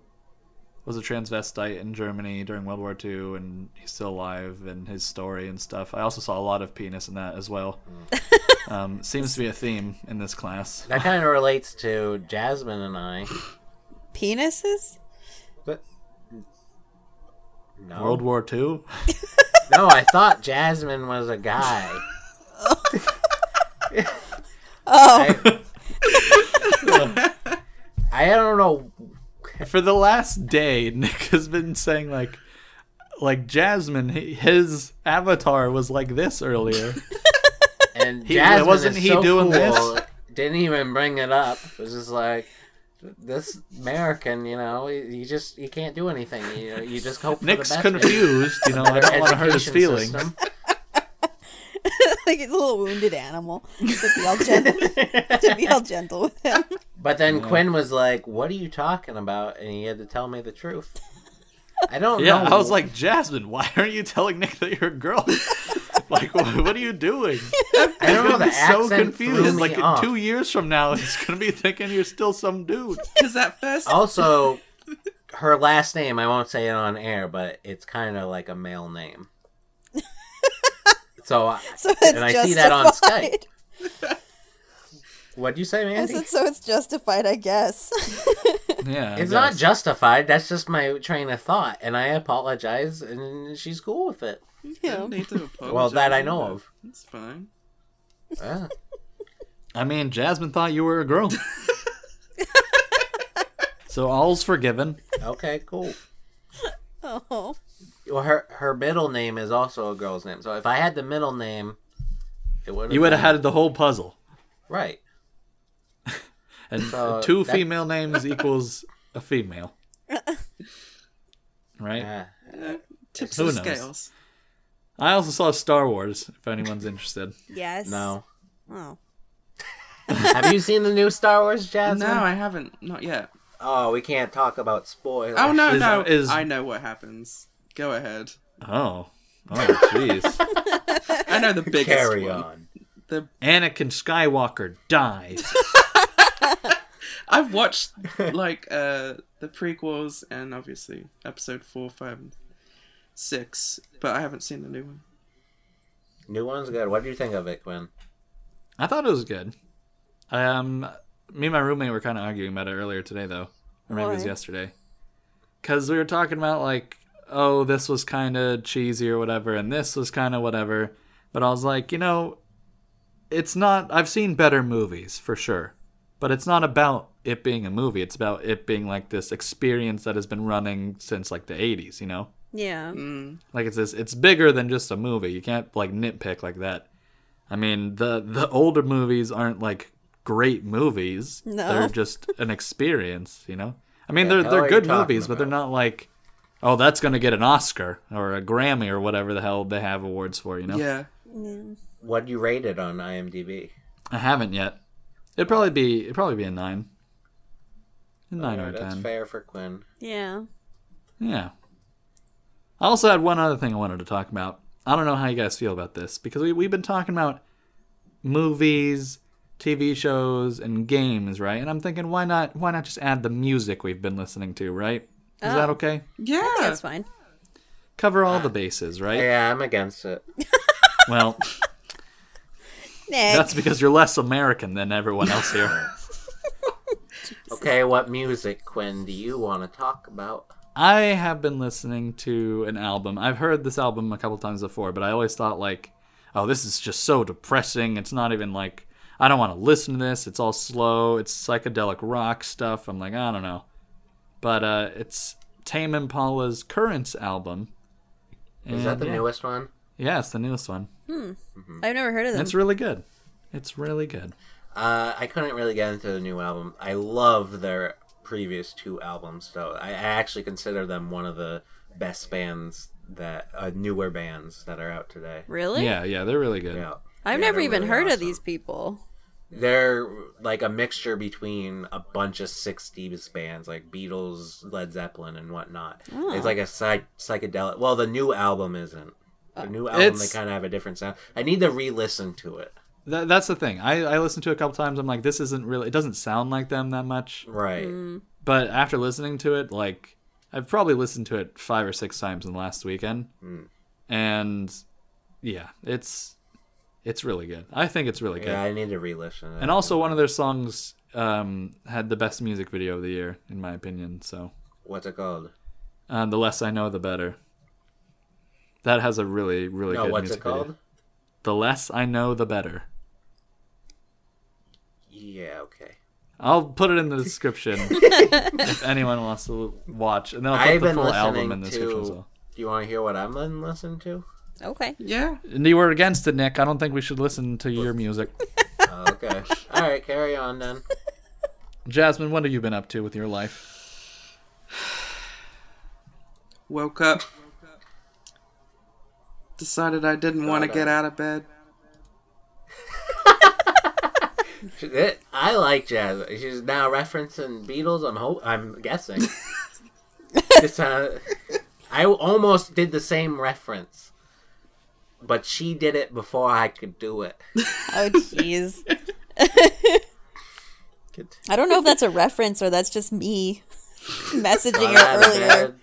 was a transvestite in Germany during World War II, and he's still alive, and his story and stuff. I also saw a lot of penis in that as well. um, seems to be a theme in this class. That kind of relates to Jasmine and I. penises? But no, World War II? no, I thought Jasmine was a guy. Oh, I, I don't know. For the last day, Nick has been saying like, like Jasmine, he- his avatar was like this earlier. And He- Jasmine wasn't is he so doing cool, this? Didn't even bring it up. It was just like this American, you know, you just you can't do anything. You you just hope. Nick's for the best confused. You know, I don't want to hurt his Education feelings. system. like it's a little wounded animal. To be all gentle, to be all gentle with him. But then Quinn was like, "What are you talking about?" And he had to tell me the truth. I don't Yeah, know. I was like, Jasmine, why aren't you telling Nick that you're a girl? like, what, what are you doing? I don't know. The He's so accent threw confused. me Like off. two years from now, he's gonna be thinking you're still some dude. Because that first Also, her last name, I won't say it on air, but it's kind of like a male name. so, I, So it's and I justified. see that on Skype. What'd you say, I Mandy? said, so it's justified, I guess. Yeah, I It's not guess. justified. That's just my train of thought, and I apologize, and she's cool with it. yeah. need to apologize. Well, that I know of. That's fine. Yeah. I mean, Jasmine thought you were a girl. so all's forgiven. okay, cool. Oh, Well, her her middle name is also a girl's name. So if I had the middle name, it would You would have had the whole puzzle, right. and So two that- female names equals a female, right? Yeah. Tips Who the knows? scales. I also saw Star Wars. If anyone's interested. yes. No. Oh. have you seen the new Star Wars, Jasmine? No, I haven't. Not yet. Oh, we can't talk about spoilers. Oh no, Is- no. is- I know what happens. Go ahead. Oh. Oh, jeez. I know the biggest Carry one. on. The Anakin Skywalker dies. I've watched like uh the prequels and obviously episode four, five, and six, but I haven't seen the new one. New one's good. What do you think of it, Quinn? I thought it was good. Um, me and my roommate were kind of arguing about it earlier today, though. Or maybe it was Why? yesterday. Because we were talking about, like, oh, this was kind of cheesy or whatever, and this was kind of whatever. But I was like, you know, it's not. I've seen better movies, for sure. But it's not about it being a movie. It's about it being, like, this experience that has been running since, like, the 80s, you know? Yeah. Like it's this, it's bigger than just a movie. You can't like nitpick like that. I mean, the the older movies aren't like great movies. No. They're just an experience, you know. I mean, The they're hell are they're you good talking movies, but they're not like, oh, that's gonna get an Oscar or a Grammy or whatever the hell they have awards for, you know. Yeah. What you rate it on IMDb? I haven't yet. It'd probably be it'd probably be a nine. A nine or Alright, a Oh, that's ten. fair for Quinn. Yeah. Yeah. I also had one other thing I wanted to talk about. I don't know how you guys feel about this because we, we've been talking about movies, TV shows, and games, right? And I'm thinking, why not? Why not just add the music we've been listening to, right? Is that okay? Yeah. That's fine. Cover all the bases, right? Yeah, I'm against it. Well, Next. that's because you're less American than everyone else here. Okay, what music, Quinn, do you want to talk about? I have been listening to an album. I've heard this album a couple times before, but I always thought like, oh, this is just so depressing. It's not even like I don't want to listen to this. It's all slow. It's psychedelic rock stuff. I'm like, I don't know. But uh, it's Tame Impala's Currents album. Is that And, the Mm, yeah. newest one? Yeah, it's the newest one. I've never heard of them. It's really good. It's really good. Uh, I couldn't really get into the new album. I love their previous two albums, though. I I actually consider them one of the best bands that uh, newer bands that are out today. Really? Yeah, yeah, they're really good. Yeah, I've Yeah, never they're even really heard of awesome. these people. they're like a mixture between a bunch of '60s bands like Beatles, Led Zeppelin, and whatnot. It's like a psych- psychedelic. Well, the new album isn't. The new album Uh, It's- they kind of have a different sound. I need to re-listen to it. That, that's the thing. I, I listened to it a couple times. I'm like, this isn't really. It doesn't sound like them that much. Right. but after listening to it like i've probably listened to it five or six times in the last weekend Hmm. and yeah it's it's really good i think it's really good Yeah, I need to re-listen. to and it. also one of their songs um, had the best music video of the year in my opinion so what's it called? uh, the less i know the better that has a really really No, good what's it music video. called? the less i know the better Yeah. Okay. I'll put it in the description if anyone wants to watch, and then I'll put I've the been full album listening in the description as to- well. Do you want to hear what I'm been listening to? Okay. Yeah. And You were against it, Nick. I don't think we should listen to your music. Oh, okay. All right, carry on then. Jasmine, what have you been up to with your life? Woke up. Decided I didn't want to Thought get I- out of bed. It- I like jazz. She's now referencing Beatles. I'm ho- I'm guessing. It's, uh, I almost did the same reference, but she did it before I could do it. Oh, jeez. Good. I don't know if that's a reference or that's just me messaging Got out her of earlier. bed,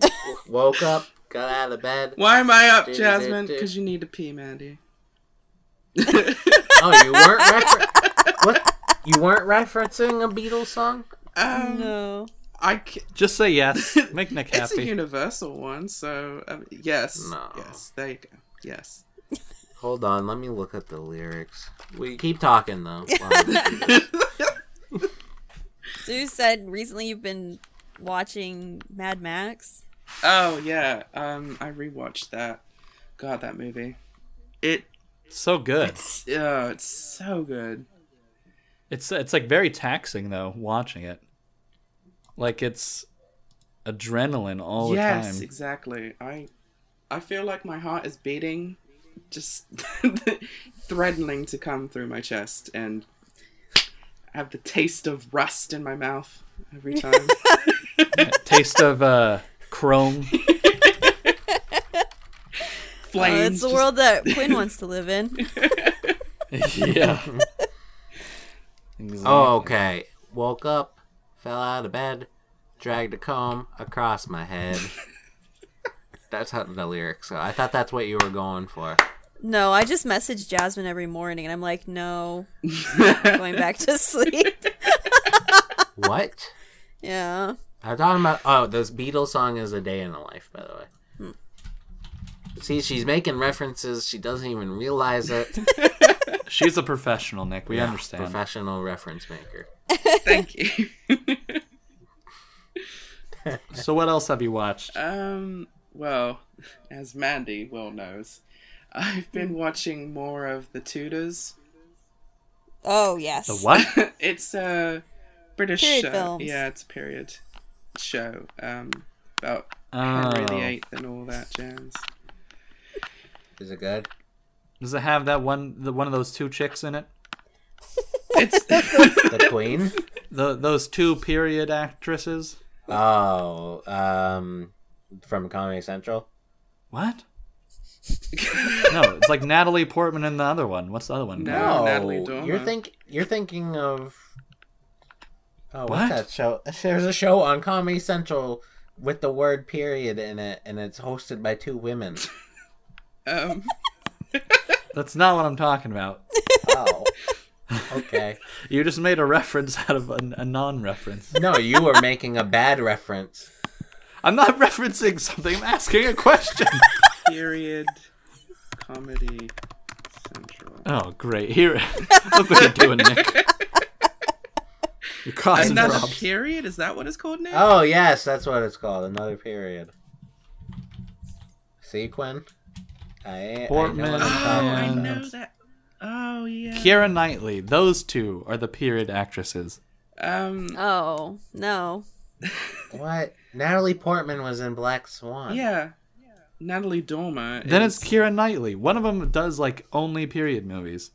w- woke up, got out of bed. Why am I up, Dude, Jasmine? dude, dude. Because you need to pee, Mandy. Oh, you weren't refer- what? You weren't referencing a Beatles song? Um, No. I c- Just say yes. Make Nick it's a happy. universal one, so um, yes, No. yes, there you go, yes. Hold on, let me look up the lyrics. We keep talking though. Wow. Sue said recently you've been watching Mad Max. Oh yeah, um, I rewatched that. God, that movie. It, so good. oh, it's so good. It's it's like very taxing though watching it. Like it's adrenaline all yes, the time. exactly. I, I feel like my heart is beating, just threatening to come through my chest, and I have the taste of rust in my mouth every time. Taste of uh, chrome. Oh, Flames. it's the just- world that Quinn wants to live in. yeah. Oh, okay. Woke up, fell out of bed, dragged a comb across my head. that's how the lyrics go. I thought that's what you were going for. No, I just message Jasmine every morning and I'm like, no, going back to sleep. What? Yeah. I'm talking about. Oh, this Beatles song is "A Day in the Life." By the way. See, she's making references. She doesn't even realize it. She's a professional, Nick. We understand. Professional reference maker. Thank you. so what else have you watched? Um, well, as Mandy well knows, I've Hmm. been watching more of The Tudors. Oh yes. The what? it's a British Period show. films. Yeah, it's a period show um, about Henry Oh. VIII and all that jazz. Is it good? Does it have that one the one of those two chicks in it? It's The Queen. The those two period actresses? Oh, um, from Comedy Central. What? no, it's like Natalie Portman and the other one. What's the other one? No. called? Natalie Dormer. you're think you're thinking of. Oh, What? what's that show? There's a show on Comedy Central with the word "period" in it, and it's hosted by two women. um, That's not what I'm talking about. Oh, okay. You just made a reference out of an, a non-reference. No, you were making a bad reference. I'm not referencing something. I'm asking a question. period comedy central. oh, great. Here, look what you're doing, Nick. You're causing Another problems. period? Is that what it's called now? Oh yes, that's what it's called. Another period. See, Quinn. I, I Portman know what I'm Oh, talking I and- know that. Oh yeah. Keira Knightley. Those two are the period actresses. Um. Oh no. What? Natalie Portman was in Black Swan. Yeah. Natalie Dormer. Then is- it's Keira Knightley. One of them does like only period movies.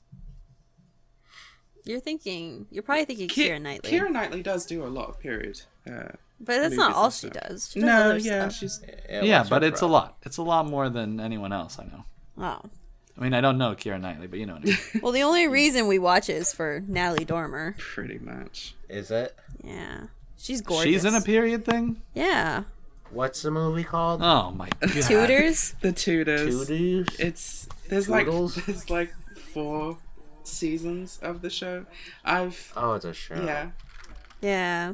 You're thinking. You're probably thinking Ki- Keira Knightley, Keira Knightley does do a lot of period. Uh, but that's not movies all and she stuff. does. She does no, other yeah, stuff. she's yeah, but it's a lot. It's a lot more than anyone else I know. Oh. I mean, I don't know Keira Knightley, but you know what I mean. Well, the only reason we watch it is for Natalie Dormer. pretty much. Is it? Yeah, she's gorgeous. She's in a period thing? yeah. What's the movie called? Oh my god. Tutors. The Tudors. Voodoo? It's there's Toodles? like there's like four seasons of the show. I've Oh, it's a show. yeah. Yeah.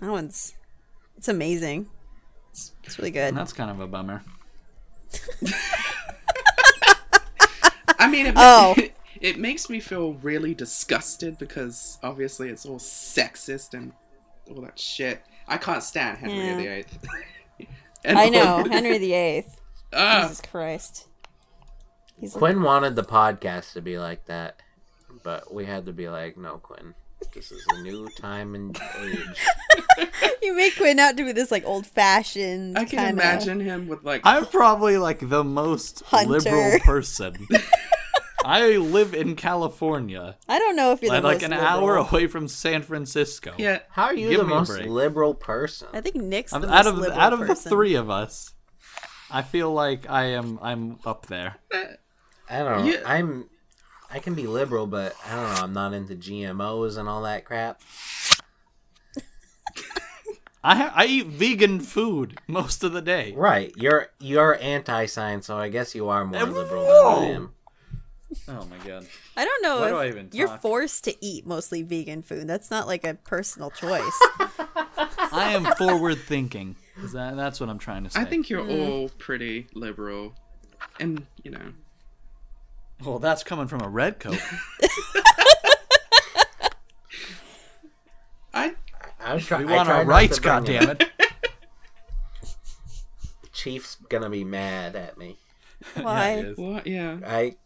That one's. It's amazing. It's, it's really good. That's kind of a bummer. I mean, it, Oh. it makes me feel really disgusted because obviously it's all sexist and all that shit. I can't stand Henry Yeah. VIII. And I all- know Henry VIII. Ah, Jesus Christ. He's like, Quinn wanted the podcast to be like that, but we had to be like, no, Quinn. This is a new time and age. you make Quinn out to be this like old fashioned. I can imagine him with like I'm probably like the most Hunter. liberal person. I live in California, I don't know if you're the like, most like an liberal. hour away from San Francisco. yeah. How are you Give the me a most break. liberal person? I think Nick's I'm the out most of liberal out of person. the three of us. I feel like I am I'm up there. I don't know. You- I'm. I can be liberal, but I don't know. I'm not into GMOs and all that crap. I ha- I eat vegan food most of the day. Right. You're you're anti-science, so I guess you are more Eh, liberal whoa! than I am. Oh my god. I don't know. Why if do I even You're talk? forced to eat mostly vegan food. That's not like a personal choice. I am forward thinking. Is that, that's what I'm trying to say. I think you're all pretty liberal, and you know. Well, that's coming from a red coat. I I'm try- We I want try our not to rights, bring it up. goddammit. Chief's gonna be mad at me. Why? what? Yeah. I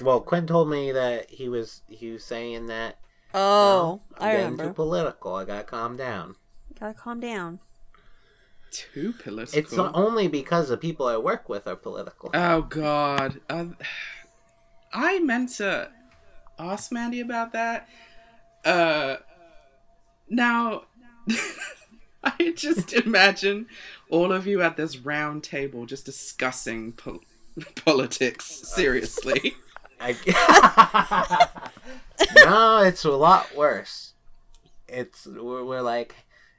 well, Quinn told me that he was he was saying that oh, I'm I getting too remember. political. I gotta calm down. Gotta calm down. Too political. It's not only because the people I work with are political. Oh God, uh, I meant to ask Mandy about that. Uh, now I just imagine all of you at this round table just discussing pol- politics seriously. I... no, it's a lot worse. It's we're, we're like,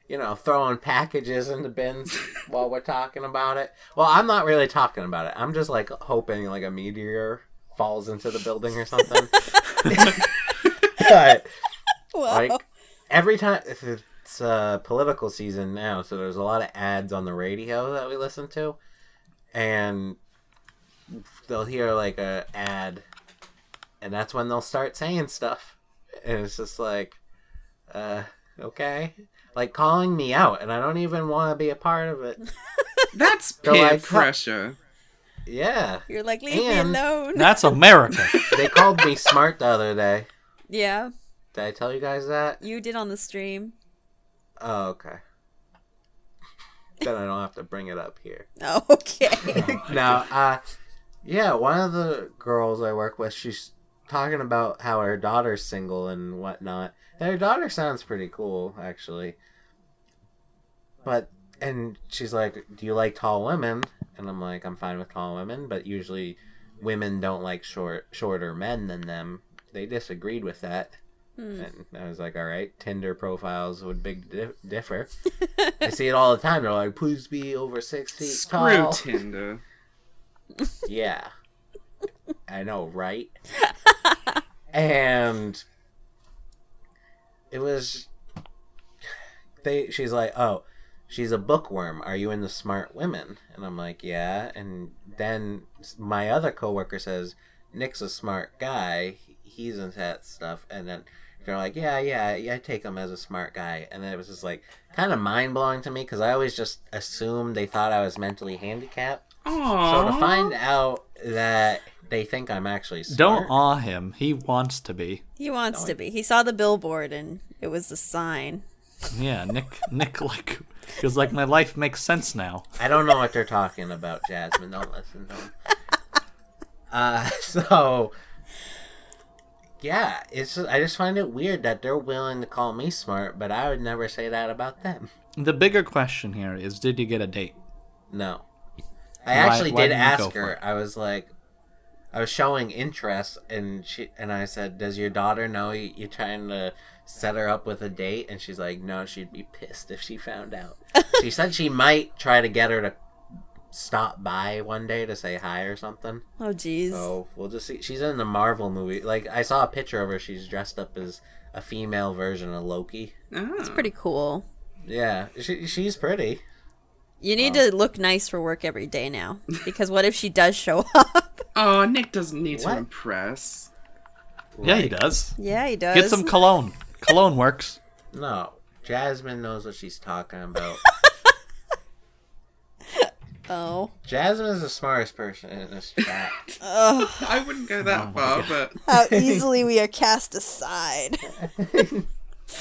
you know, throwing packages in the bins while we're talking about it. Well, I'm not really talking about it. I'm just like hoping like a meteor falls into the building or something. but Wow. like every time it's uh, political season now, so there's a lot of ads on the radio that we listen to, and they'll hear like a ad, and that's when they'll start saying stuff, and it's just like, uh, okay, like calling me out, and I don't even want to be a part of it. That's So peer I cut- pressure. Yeah, You're like, leave And- me alone. That's America. they called me smart the other day. yeah, Did I tell you guys that? you did on the stream. Oh, okay. Then I don't have to bring it up here. Oh, okay. now, uh, yeah, one of the girls I work with, she's talking about how her daughter's single and whatnot. And her daughter sounds pretty cool, actually. But, and she's like, Do you like tall women? And I'm like, I'm fine with tall women, but usually women don't like short, shorter men than them. They disagreed with that. Hmm. And I was like, all right, Tinder profiles would big di- differ. I see it all the time. They're like, please be over six feet Screw tall. Tinder. Yeah. I know, right? and it was they she's like, "Oh, she's a bookworm. Are you into smart women?" And I'm like, "Yeah." And then my other coworker says, "Nick's a smart guy. He's into that stuff." And then they're like, "Yeah, yeah, yeah, I take him as a smart guy." And then it was just like kind of mind-blowing to me cuz I always just assumed they thought I was mentally handicapped. So Aww. to find out that they think I'm actually smart, Don't awe him. He wants to be. He wants to be. He saw the billboard and it was a sign. Yeah, Nick. Nick like feels like my life makes sense now. I don't know what they're talking about, Jasmine. Don't listen to them. Uh, so yeah, it's just, I just find it weird that they're willing to call me smart, but I would never say that about them. The bigger question here is, did you get a date? No, I Why- actually why did didn't you go ask for her. it? I was like, I was showing interest, and she and I said, "Does your daughter know you- you're trying to set her up with a date?" And she's like, "No, she'd be pissed if she found out." she said she might try to get her to stop by one day to say hi or something. Oh, jeez. So we'll just see. She's in the Marvel movie. Like I saw a picture of her. She's dressed up as a female version of Loki. Oh. Pretty cool. Yeah, she, she's pretty. You need to look nice for work every day now, because what if she does show up? Oh, Nick doesn't need What? to impress. Yeah, he does. yeah, he does. Get some cologne. Cologne works. No, Jasmine knows what she's talking about. Oh, Jasmine is the smartest person in this chat. I wouldn't go that far, but how easily we are cast aside.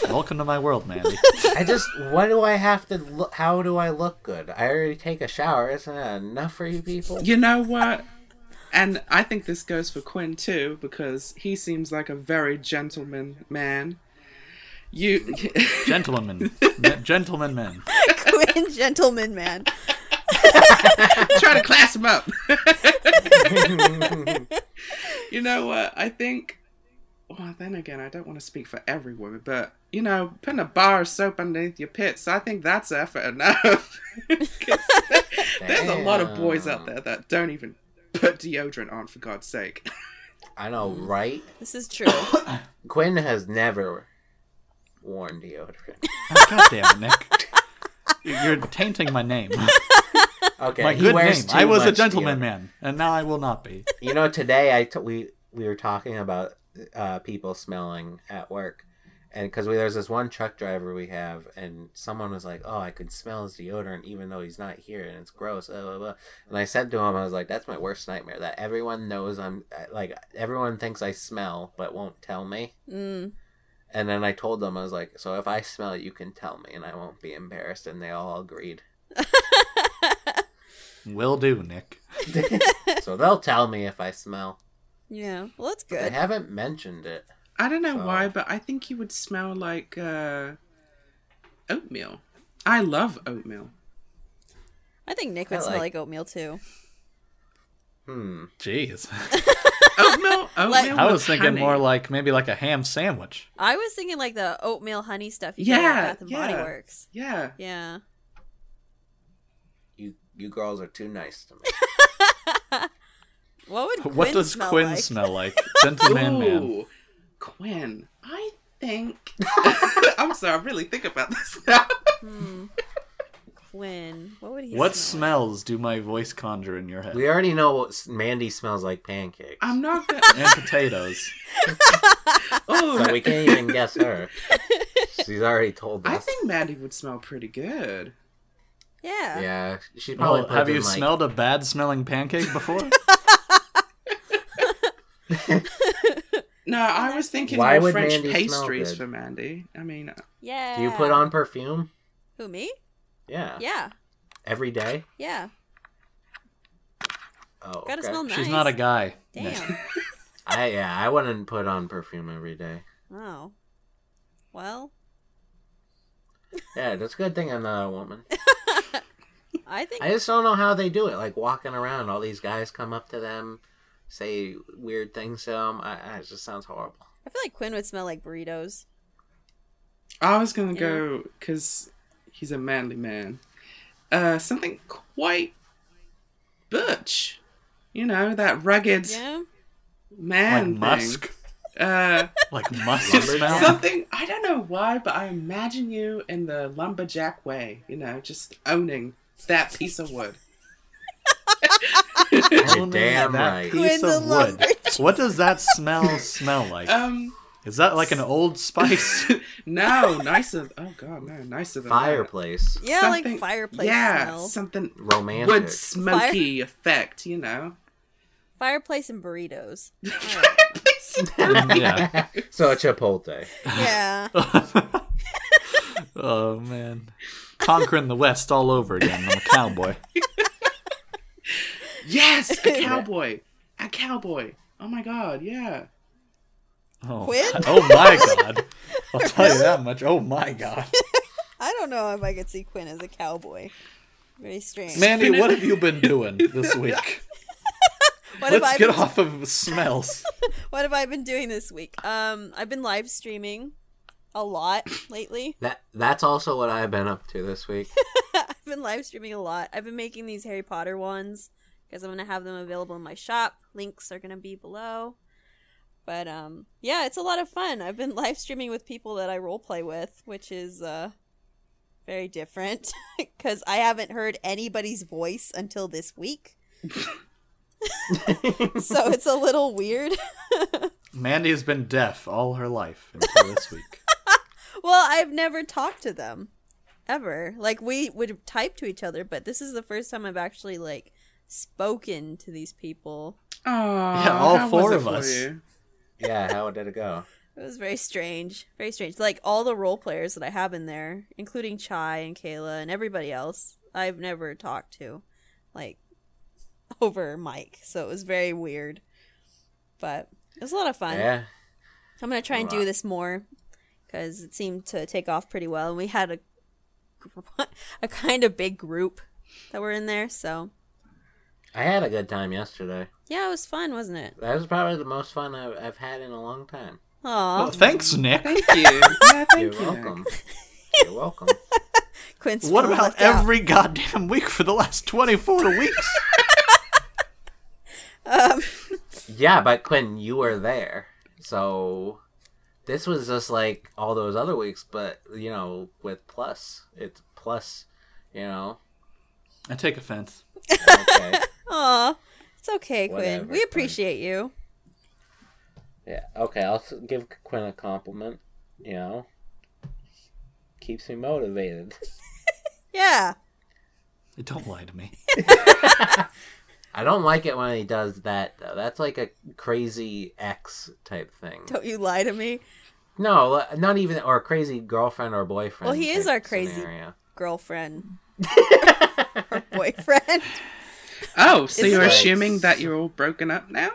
Welcome to my world, Mandy. I just, what do I have to look? How do I look good? I already take a shower. Isn't that enough for you people? you know what? And I think this goes for Quinn too, because he seems like a very gentleman man. You, Gentlemen, men- gentlemen, men. Quinn, gentleman, man. try to class him up. you know what? I think. Well, then again, I don't want to speak for every woman, but you know, putting a bar of soap underneath your pits, I think that's effort enough. 'Cause there's a lot of boys out there that don't even put deodorant on, for God's sake. I know, right? This is true. Quinn has never worn deodorant. Oh, God damn it, Nick. You're tainting my name. Okay, my he good wears name. too I was a much gentleman deodorant. man, and now I will not be. you know today i t- we we were talking about uh people smelling at work and because we there's this one truck driver we have and someone was like oh i could smell his deodorant even though he's not here and it's gross blah, blah, blah. and i said to him i was like that's my worst nightmare that everyone knows i'm I- like everyone thinks i smell but won't tell me Mm. and then i told them i was like so if i smell it you can tell me and i won't be embarrassed and they all agreed Will do, Nick. so they'll tell me if i smell Yeah. Well, that's they good. haven't mentioned it I don't know So- why, but I think you would smell like uh, oatmeal. I love oatmeal. I think Nick would I smell like- like oatmeal too. hmm Jeez. Oatmeal, oatmeal Like- with I was thinking honey. more like maybe like a ham sandwich. I was thinking like the oatmeal honey stuff you get Yeah, at Bath and Body yeah. Works. Yeah. Yeah. You you girls are too nice to me. What would Quinn what does smell Quinn like? smell like? Gentleman man. Ooh, Quinn. I think. I'm sorry. I'm really thinking about this now. Hmm. Quinn. What would he? What smell? smells do my voice conjure in your head? We already know what s- Mandy smells like pancakes, I'm not. Gonna... and potatoes. Oh, so we can't even guess her. She's already told us. I think Mandy would smell pretty good. Yeah. Yeah, she probably. Well, puts Oh, have you in, like- smelled a bad smelling pancake before? No, I was thinking Why more would French Mandy smell pastries good? for Mandy. I mean, Yeah. Do you put on perfume? who me? Yeah. Yeah. Every day. Yeah. Oh, Gotta okay. smell nice. She's not a guy. Damn. I yeah, I wouldn't put on perfume every day. oh. Well, Yeah, that's a good thing I'm not a woman. I think I just don't know how they do it. Like walking around, all these guys come up to them, say weird things to them. I, I, it just sounds horrible. I feel like Quinn would smell like burritos. I was gonna Yeah. go because he's a manly man. Uh, something quite butch. You know that rugged Yeah. Like man thing. musk. Uh, Like musk Lumberjack. smell. something I don't know why, but I imagine you in the lumberjack way. You know, just owning that piece of wood. You're damn right. piece Quinn the of wood. lumberjack. What does that smell smell like? Um, Is that like an old spice? no, nicer. Oh god, no, nicer than that. Fireplace, Yeah, Something- like fireplace Yeah, smell. something romantic. wood smoky effect. You know. Fireplace and burritos. yeah. so a Chipotle. yeah. oh man. Conquering the West all over again. I'm a cowboy. Yes, a cowboy. A cowboy. Oh my god, yeah. Oh, Quinn? oh my god. I'll tell you that much. Oh my god. I don't know if I could see Quinn as a cowboy. Very strange. Mandy, what have you been doing this week? what have Let's I get been, off of smells. What have I been doing this week? Um, I've been live streaming a lot lately. That that's also what I've been up to this week. I've been live streaming a lot. I've been making these Harry Potter ones because I'm gonna have them available in my shop. Links are gonna be below. But um, yeah, it's a lot of fun. I've been live streaming with people that I role play with, which is uh, very different because I haven't heard anybody's voice until this week. so it's a little weird. Mandy has been deaf all her life until this week. Well, I've never talked to them ever. Like we would type to each other, but this is the first time I've actually like spoken to these people. Oh, Yeah, all four of us. Yeah, how did it go? It was very strange, very strange. Like all the role players that I have in there, including Chai and Kayla and everybody else, I've never talked to, like over mic. So it was very weird, but it was a lot of fun. Yeah, I'm gonna try and do Alright. this more because it seemed to take off pretty well, and we had a gr- a kind of big group that were in there. So I had a good time yesterday. yeah, it was fun, wasn't it? That was probably the most fun I've, I've had in a long time. Aw, Well, thanks, Nick. Thank you. Yeah, You're thank you. Nick. welcome. You're welcome. Quinn's What feeling about left out. every goddamn week for the last 24 weeks? Yeah, but Quinn, you were there. So this was just like all those other weeks, but you know, with plus, it's plus, you know. I take offense. Okay. Aw, it's okay, Whatever, Quinn. We Quinn. appreciate you. yeah. Okay, I'll s- give Quinn a compliment, you know. Keeps me motivated. Yeah, Don't lie to me. I don't like it when he does that though. That's like a crazy ex type thing. don't you lie to me, No, l- not even or crazy girlfriend or boyfriend. Well, he is type our crazy- scenario. girlfriend. Or boyfriend? Oh, so It's you're like- assuming that you're all broken up now?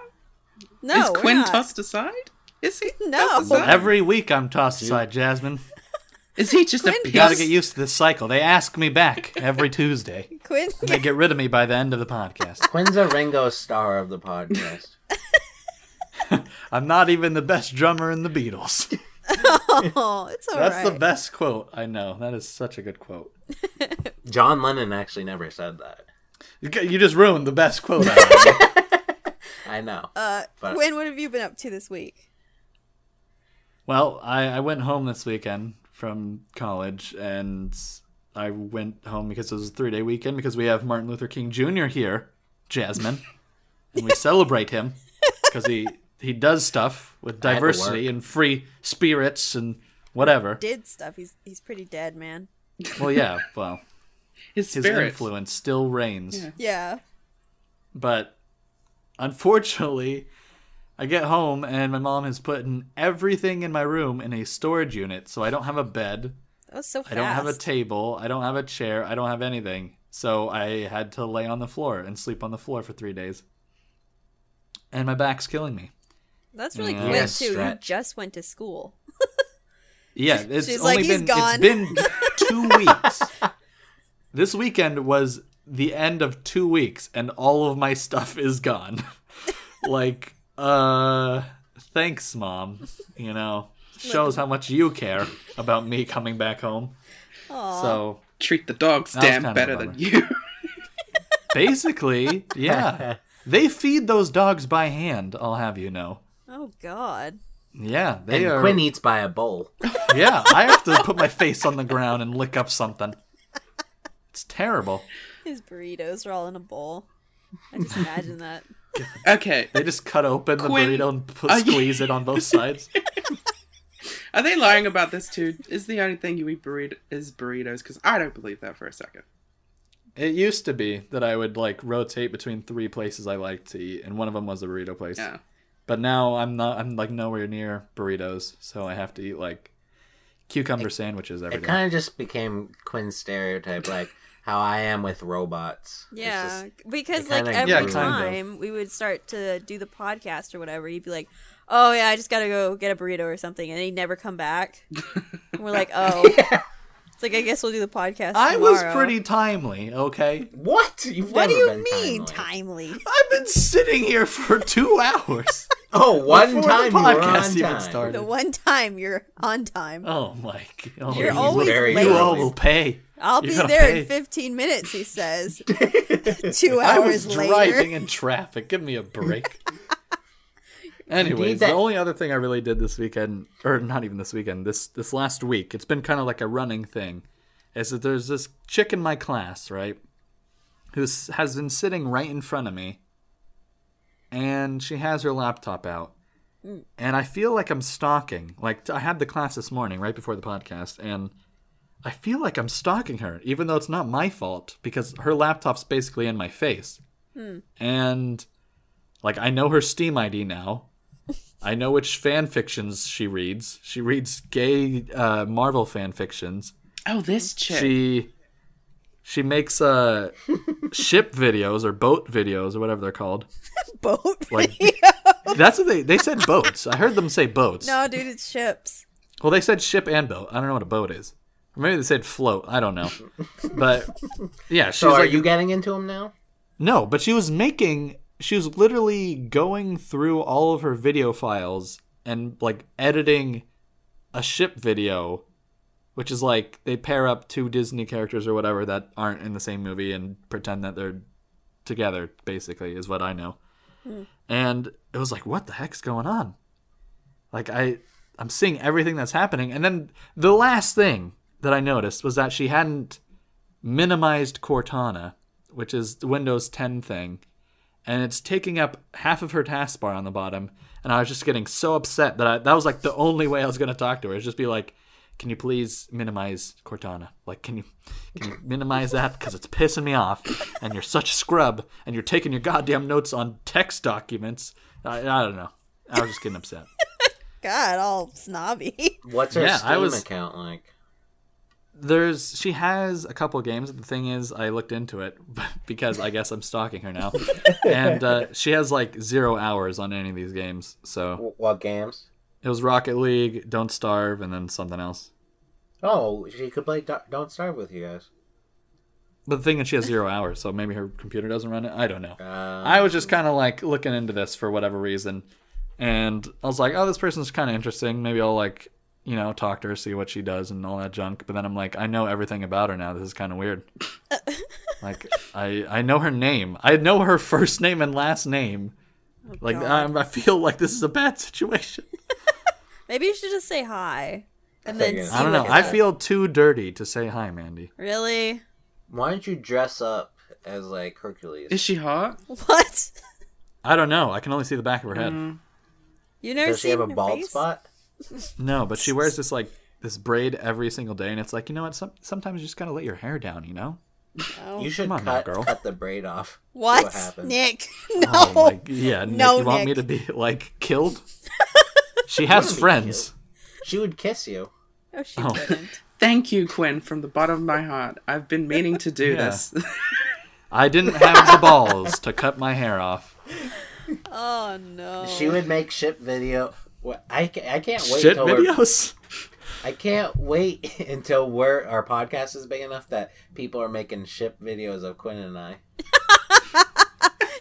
No, Is we're Quinn not. tossed aside? Is he? No. tossed aside? Every week I'm tossed aside, Jasmine. Is he just Quinn a You gotta piece? get used to this cycle. They ask me back every Tuesday. Quinn. They get rid of me by the end of the podcast. Quinn's a Ringo star of the podcast. I'm not even the best drummer in the Beatles. oh, it's all right. That's the best quote I know. That is such a good quote. John Lennon actually never said that. You g- you just ruined the best quote. I know. I know. Uh, But- Quinn, what have you been up to this week? Well, I, I went home this weekend from college, and I went home because it was a three day weekend because we have Martin Luther King Jr. here, Jasmine, and we celebrate him because he he does stuff with had to work. diversity and free spirits and whatever. Did stuff. He's he's pretty dead, man. Well, yeah, well, His his spirit. influence still reigns. Yeah. Yeah. but unfortunately i get home and my mom has put in everything in my room in a storage unit so i don't have a bed That was so fast. i don't have a table i don't have a chair i don't have anything so i had to lay on the floor and sleep on the floor for three days and my back's killing me That's really Yeah. quick Yes, too. Strat. You just went to school. yeah it's she's only like, "He's been gone." it's been two weeks this weekend was the end of two weeks and all of my stuff is gone like uh thanks mom you know shows how much you care about me coming back home Aw. so Treat the dogs That was damn kind of better a than bummer. you. basically yeah they feed those dogs by hand i'll have you know Oh God. yeah they and are Quinn eats by a bowl. yeah i have to put my face on the ground and lick up something it's terrible His burritos are all in a bowl. I just imagine that. okay. They just cut open the Quinn, burrito and put, Uh, are you- squeeze it on both sides. Are they lying about this too? Is the only thing you eat burrito is burritos? Because I don't believe that for a second. It used to be that I would like rotate between three places I liked to eat, and one of them was a burrito place. Yeah. But now I'm not. I'm like nowhere near burritos, so I have to eat like cucumber sandwiches every It day. kind of just became Quinn's stereotype, like how I am with robots. It's Yeah, just- because it like kinda- every Yeah, kind of. time we would start to do the podcast or whatever, you'd be like, "Oh yeah, I just gotta go get a burrito or something," and he'd never come back. and we're like, "Oh." It's like I guess we'll do the podcast. I was tomorrow." pretty timely. Okay, what? You've What do never been you mean timely. timely? I've been sitting here for two hours. Oh, one Before the time you were on podcast even time. started. The one time you're on time, oh my! God. You're you always will- late. You all will pay. I'll You're be gonna there pay. in 15 minutes. He says. Two I was hours later. driving in traffic. Give me a break. Anyways, Indeed, that- the only other thing I really did this weekend, or not even this weekend, this this last week, it's been kind of like a running thing, is that there's this chick in my class, right, who s- has been sitting right in front of me, and she has her laptop out, Hmm. and I feel like I'm stalking. Like t- I had the class this morning, right before the podcast, and I feel like I'm stalking her, even though it's not my fault because her laptop's basically in my face. Hmm. And like I know her Steam ID now. I know which fan fictions she reads. She reads gay uh, Marvel fan fictions. Oh, this chick. She she makes uh ship videos or boat videos or whatever they're called. boat. Like that's what they they said boats. I heard them say boats. no, dude, it's ships. Well, they said ship and boat. I don't know what a boat is. Or maybe they said float. I don't know. But yeah, she's So are like you getting into him now? no, but she was making she was literally going through all of her video files and like editing a ship video, which is like they pair up two Disney characters or whatever that aren't in the same movie and pretend that they're together basically is what I know. And it was like what the heck's going on? Like I I'm seeing everything that's happening and then the last thing that I noticed was that she hadn't minimized Cortana, which is the Windows 10 thing, and it's taking up half of her taskbar on the bottom. And I was just getting so upset that I, that was like the only way I was going to talk to her is just be like, "Can you please minimize Cortana? Like, can you can you minimize that because it's pissing me off? And you're such a scrub, and you're taking your goddamn notes on text documents. I, I don't know. I was just getting upset. God, all snobby. What's her Yeah, I Steam was- account like? there's she has a couple games the thing is i looked into it because i guess i'm stalking her now and uh, she has like zero hours on any of these games so W- What games? it was rocket league don't starve and then something else Oh, she could play Do- Don't Starve with you guys. but the thing is she has zero hours so maybe her computer doesn't run it i don't know Uh, i was just kind of like looking into this for whatever reason and I was like, oh, this person's kind of interesting. Maybe I'll like, you know, talk to her, see what she does, and all that junk. But then I'm like, I know everything about her now. This is kind of weird. like, I I know her name. I know her first name and last name. like, God. i I feel like this is a bad situation. Maybe you should just say hi. And then Okay, see yeah. I don't know. what I comes. feel too dirty to say hi, Mandy. Really? Why don't you dress up as like Hercules? Is she hot? What? I don't know. I can only see the back of her head. You never Does she have seen a her bald face? spot? No, but she wears this like this braid every single day, and it's like you know what? Some, sometimes you just gotta let your hair down, you know? No. You should Come on now, cut, girl. cut the braid off. See What? happens. Nick? No. Oh my, yeah. Nick, No, you want me Nick. to be like killed? she has be friends. She would kiss you. oh, she Oh. didn't. Thank you, Quinn, from the bottom of my heart. I've been meaning to do Yeah. this. I didn't have the balls to cut my hair off. Oh no. She would make ship video. Wha- I can't, I can't wait Shit till we're- videos. I can't wait until we're our podcast is big enough that people are making ship videos of Quinn and I.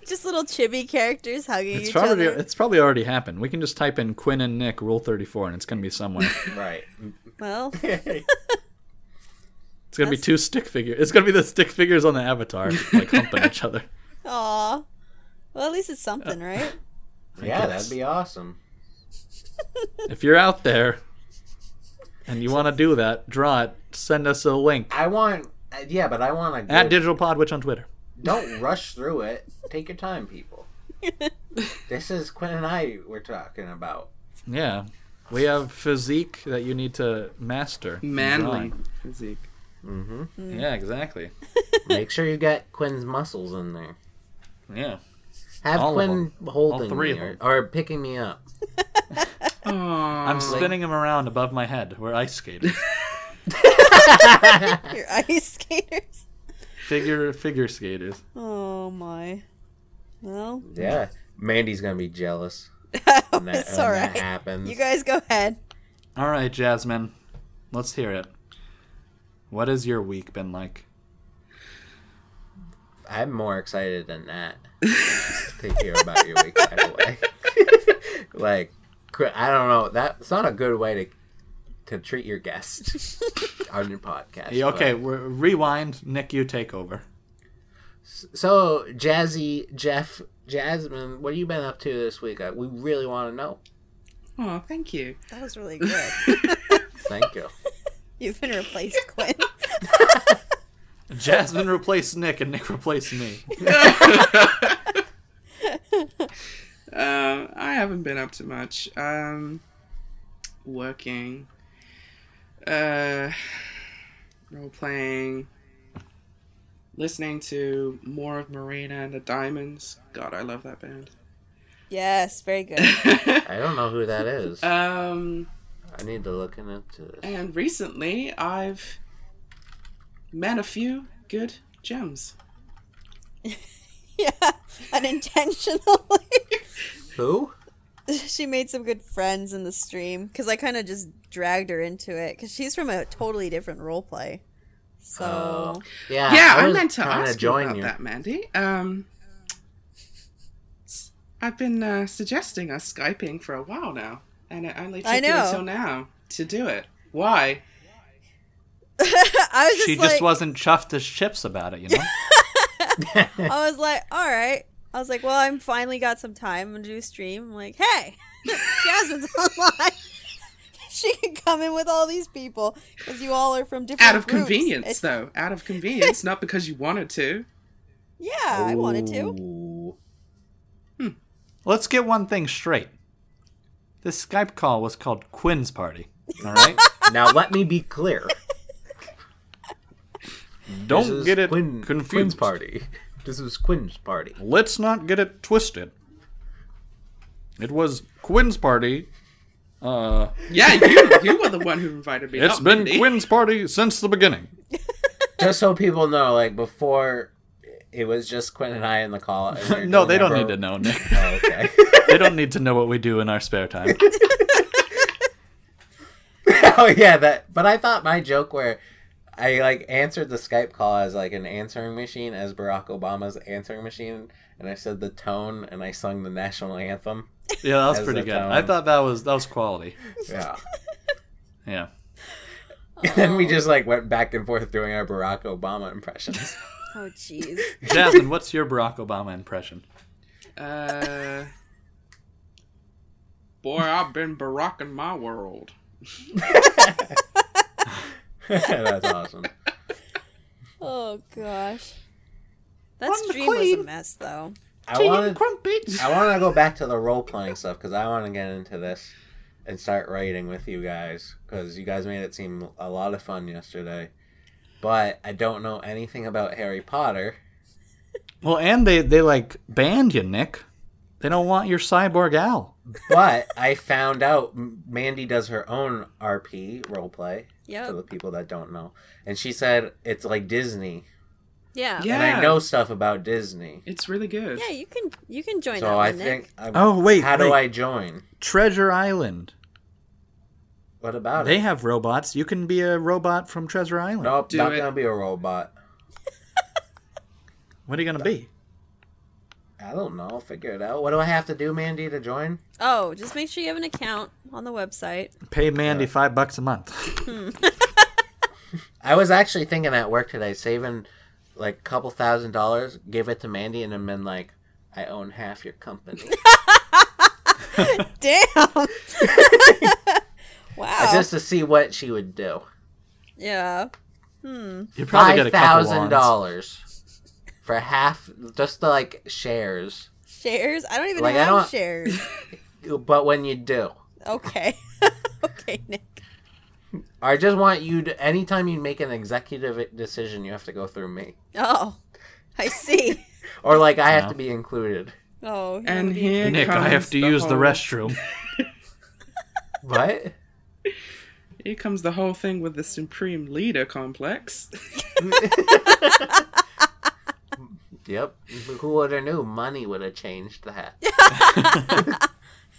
Just little chibi characters hugging It's each probably other. it's probably already happened. We can just type in Quinn and Nick Rule Thirty Four, and it's gonna be somewhere. Right. Well, It's gonna be two stick figures. It's gonna be the stick figures on the avatar, like humping each other. aw. Well, at least it's something, right? yeah, guess. that'd be awesome. If you're out there and you want to do that, draw it. Send us a link I want. uh, Yeah, but I want at to. Digital Pod Witch on Twitter. don't rush through it. Take your time, people. this is Quinn and I we're talking about. Yeah, we have physique that you need to master. in Manly drawing. physique. Yeah, exactly. Make sure you get Quinn's muscles in there. Yeah. Have All of Quinn holding three me of or, them. or picking me up. Aww. Um, I'm spinning them around above my head. We're ice skating. Your ice skaters. figure figure skaters. Oh my. Well, Yeah, Mandy's gonna be jealous. When that, it's when all that right. happens. You guys go ahead. All right, Jasmine. Let's hear it. What has your week been like? I'm more excited than that to hear about your week. By the way, like cr- I don't know. That's not a good way to to treat your guest on your podcast. Yeah, okay, but- we're, rewind. Nick, you take over. So Jazzy, Jeff, Jasmine, what have you been up to this week? I, we really want to know. Oh, thank you. That was really good. Thank you. You've been replaced, Quinn. Jasmine replaced Nick, and Nick replaced me. Um, I haven't been up to much. Um, working, uh, role playing, listening to more of Marina and the Diamonds. God, I love that band. yes, very good. I don't know who that is. Uh, um, I need to look into this. and recently I've met a few good gems. Yeah, unintentionally. Who? she made some good friends in the stream because I kind of just dragged her into it because she's from a totally different role play. So Oh. Yeah, yeah, I, was meant to trying ask you about that, Mandy. Um, I've been uh, suggesting us skyping for a while now, and it only took I you know. until now to do it. Why? I was just she like, just wasn't chuffed as chips about it, you know? I was like, all right. I was like, well, I'm finally got some time. I'm gonna do a stream. I'm like, hey, Jasmine's online. she can come in with all these people because you all are from different. Out of groups. convenience, It's- though. Out of convenience, not because you wanted to. Yeah, I wanted to. Ooh. Let's get one thing straight. This Skype call was called Quinn's Party. All right? Now let me be clear. This Don't is get it Quinn- Quinn's confused. party. This was Quinn's party. Let's not get it twisted. It was Quinn's Party. Uh, Yeah, you you were the one who invited me. it's not been Mandy. Quinn's Party since the beginning. Just so people know, like before, it was just Quinn and I in the call. and we were No, doing they don't our- need to know, Nick. Oh, okay. They don't need to know what we do in our spare time. oh yeah, that. But I thought my joke where I like answered the Skype call as like an answering machine, as Barack Obama's answering machine, and I said the tone, and I sung the national anthem. Yeah, that was As pretty a good. tone. I thought that was that was quality. Yeah. Yeah. And then we just like went back and forth doing our Barack Obama impressions. Oh jeez. Jasmine, what's your Barack Obama impression? Uh, boy, I've been barocking my world. That's awesome. Oh gosh. That I'm the stream was a queen. mess though. I wanted crumpets. I want to go back to the role playing stuff because I want to get into this and start writing with you guys because you guys made it seem a lot of fun yesterday. But I don't know anything about Harry Potter. Well, and they they like banned you, Nick. They don't want your cyborg owl. But I found out M- Mandy does her own RP role play for the Yep. people that don't know, and she said it's like Disney, Yeah. Yeah. Yeah, and I know stuff about Disney. It's really good. you can you can join that So one, I Nick. think. I'm, Oh wait, how do wait. I join? Treasure Island. What about They it? have robots. You can be a robot from Treasure Island. Nope, Do not it. gonna be a robot. What are you gonna be? I don't know. Figure it out. What do I have to do, Mandy, to join? Oh, just make sure you have an account on the website. Pay Mandy five bucks a month. I was actually thinking at work today, saving like a couple thousand dollars, give it to Mandy, and then been like, I own half your company. Damn. wow. Just to see what she would do. Yeah. You probably get Five a couple thousand wands. dollars for half, just the, like shares. Shares? I don't even Like, I have don't- shares. But when you do, Okay. okay, Nick. I just want you to. Anytime you make an executive decision, you have to go through me, Oh. I see. or like I have Yeah. to be included. Oh, you wanna And be- here Nick, I comes have to use the whole- restroom. What? Here comes the whole thing with the supreme leader complex. Yep. Who would have knew money would have changed that?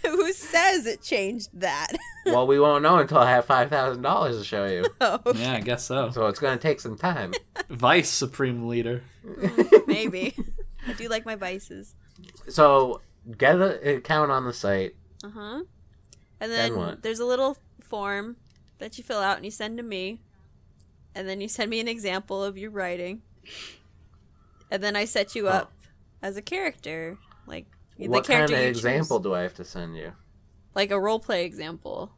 Who says it changed that? well, we won't know until I have five thousand dollars to show you. oh, yeah, I guess so. So it's gonna take some time. Vice Supreme Leader. maybe. I do like my vices. So get a- an account on the site. Uh huh. And Then then, what? there's a little form that you fill out and you send to me. And then you send me an example of your writing. And then I set you up as a character. Like Oh. what the character kind of you choose. example do I have to send you? like a role play example.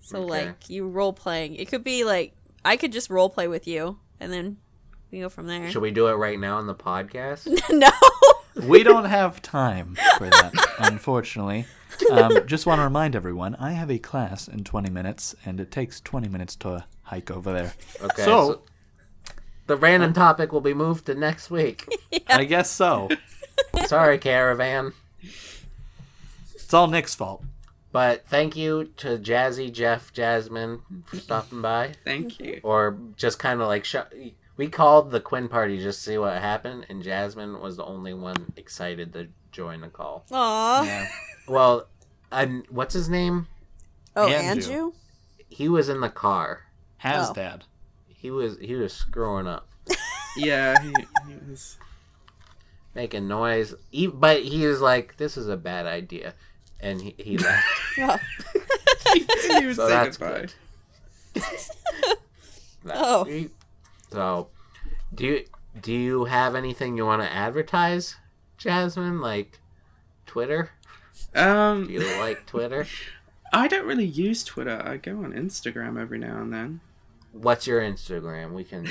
So Okay. like you role playing. It could be like I could just role play with you and then we go from there. Should we do it right now on the podcast? no. We don't have time for that, unfortunately. Um, just want to remind everyone, I have a class in 20 minutes, and it takes 20 minutes to hike over there. Okay. so, the random topic will be moved to next week. I guess so. Sorry, caravan. It's all Nick's fault. But thank you to Jazzy, Jeff, Jasmine for stopping by, Thank you. or just kind of like sh- we called the Quinn party just to see what happened, and Jasmine was the only one excited to join the call. Aw. Well, and what's his name? Oh, Andrew. Andrew? He was in the car. Has Oh. dad. He was he was screwing up, Yeah, he, he was. making noise. He, but he was like, "This is a bad idea," and he, he left. Oh. He didn't even So say that's goodbye. good. Oh. He- So, do you do you have anything you want to advertise, Jasmine? Like Twitter? Do Um, you like Twitter? I don't really use Twitter. I go on Instagram every now and then. What's your Instagram? We can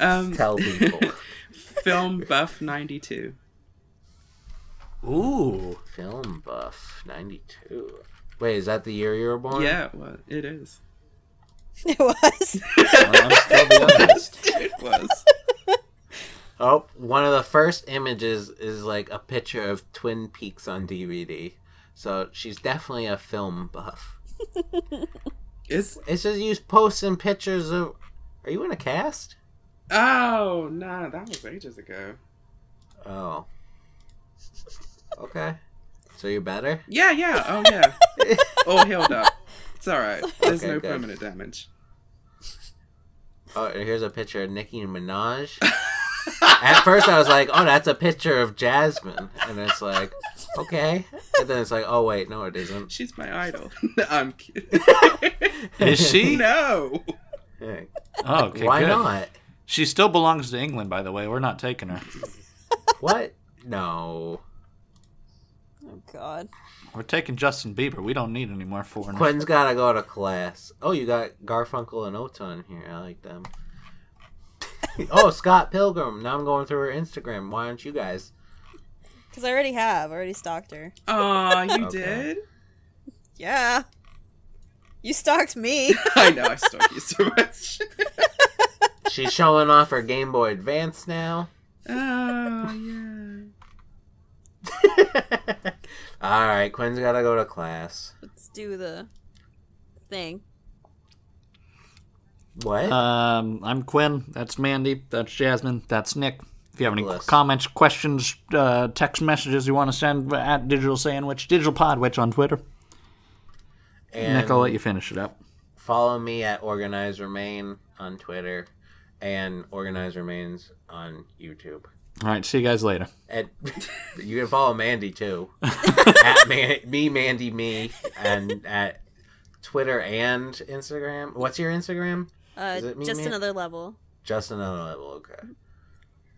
Um, tell people. film buff ninety two. Ooh. Film buff ninety two. Wait, is that the year you were born? Yeah, well, it is. It was. I'm still the youngest. It was. Oh, one of the first images is like a picture of Twin Peaks on DVD. So she's definitely a film buff. It's It says you posting pictures of. Are you in a cast? oh no, that was ages ago. Oh. Okay. So you're better? Yeah, yeah, oh yeah. All healed up. It's all right. There's Okay, no good. permanent damage. Oh, here's a picture of Nicki Minaj. At first, I was like, oh, that's a picture of Jasmine. And it's like, okay. And then it's like, oh wait, no, it isn't. She's my idol. No, I'm kidding. Is she? no. Yeah. Oh, okay, Why good. not? She still belongs to England, by the way. We're not taking her. What? No. Oh God. We're taking Justin Bieber. We don't need any more foreigners. Quinn's gotta go to class. Oh, you got Garfunkel and Oates on here. I like them. oh, Scott Pilgrim. Now I'm going through her Instagram. Why aren't you guys? Because I already have. I already stalked her. Oh, you Okay. did? Yeah. You stalked me. I know I stalk you so much. She's showing off her Game Boy Advance now. oh yeah. All right, Quinn's gotta go to class. Let's do the thing. What? Um, I'm Quinn. That's Mandy. That's Jasmine. That's Nick. If you have any Bless. comments, questions, uh, text messages you want to send at Digital Sandwich, Digital Podwitch on Twitter. and Nick, I'll let you finish it up. follow me at Organize Remain on Twitter, and Organize Remains on YouTube. All right. See you guys later. And you can follow Mandy too. at Man- me, Mandy, me, and at Twitter and Instagram. What's your Instagram? Uh, Does it mean just me? another level. Just another level. Okay.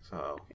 So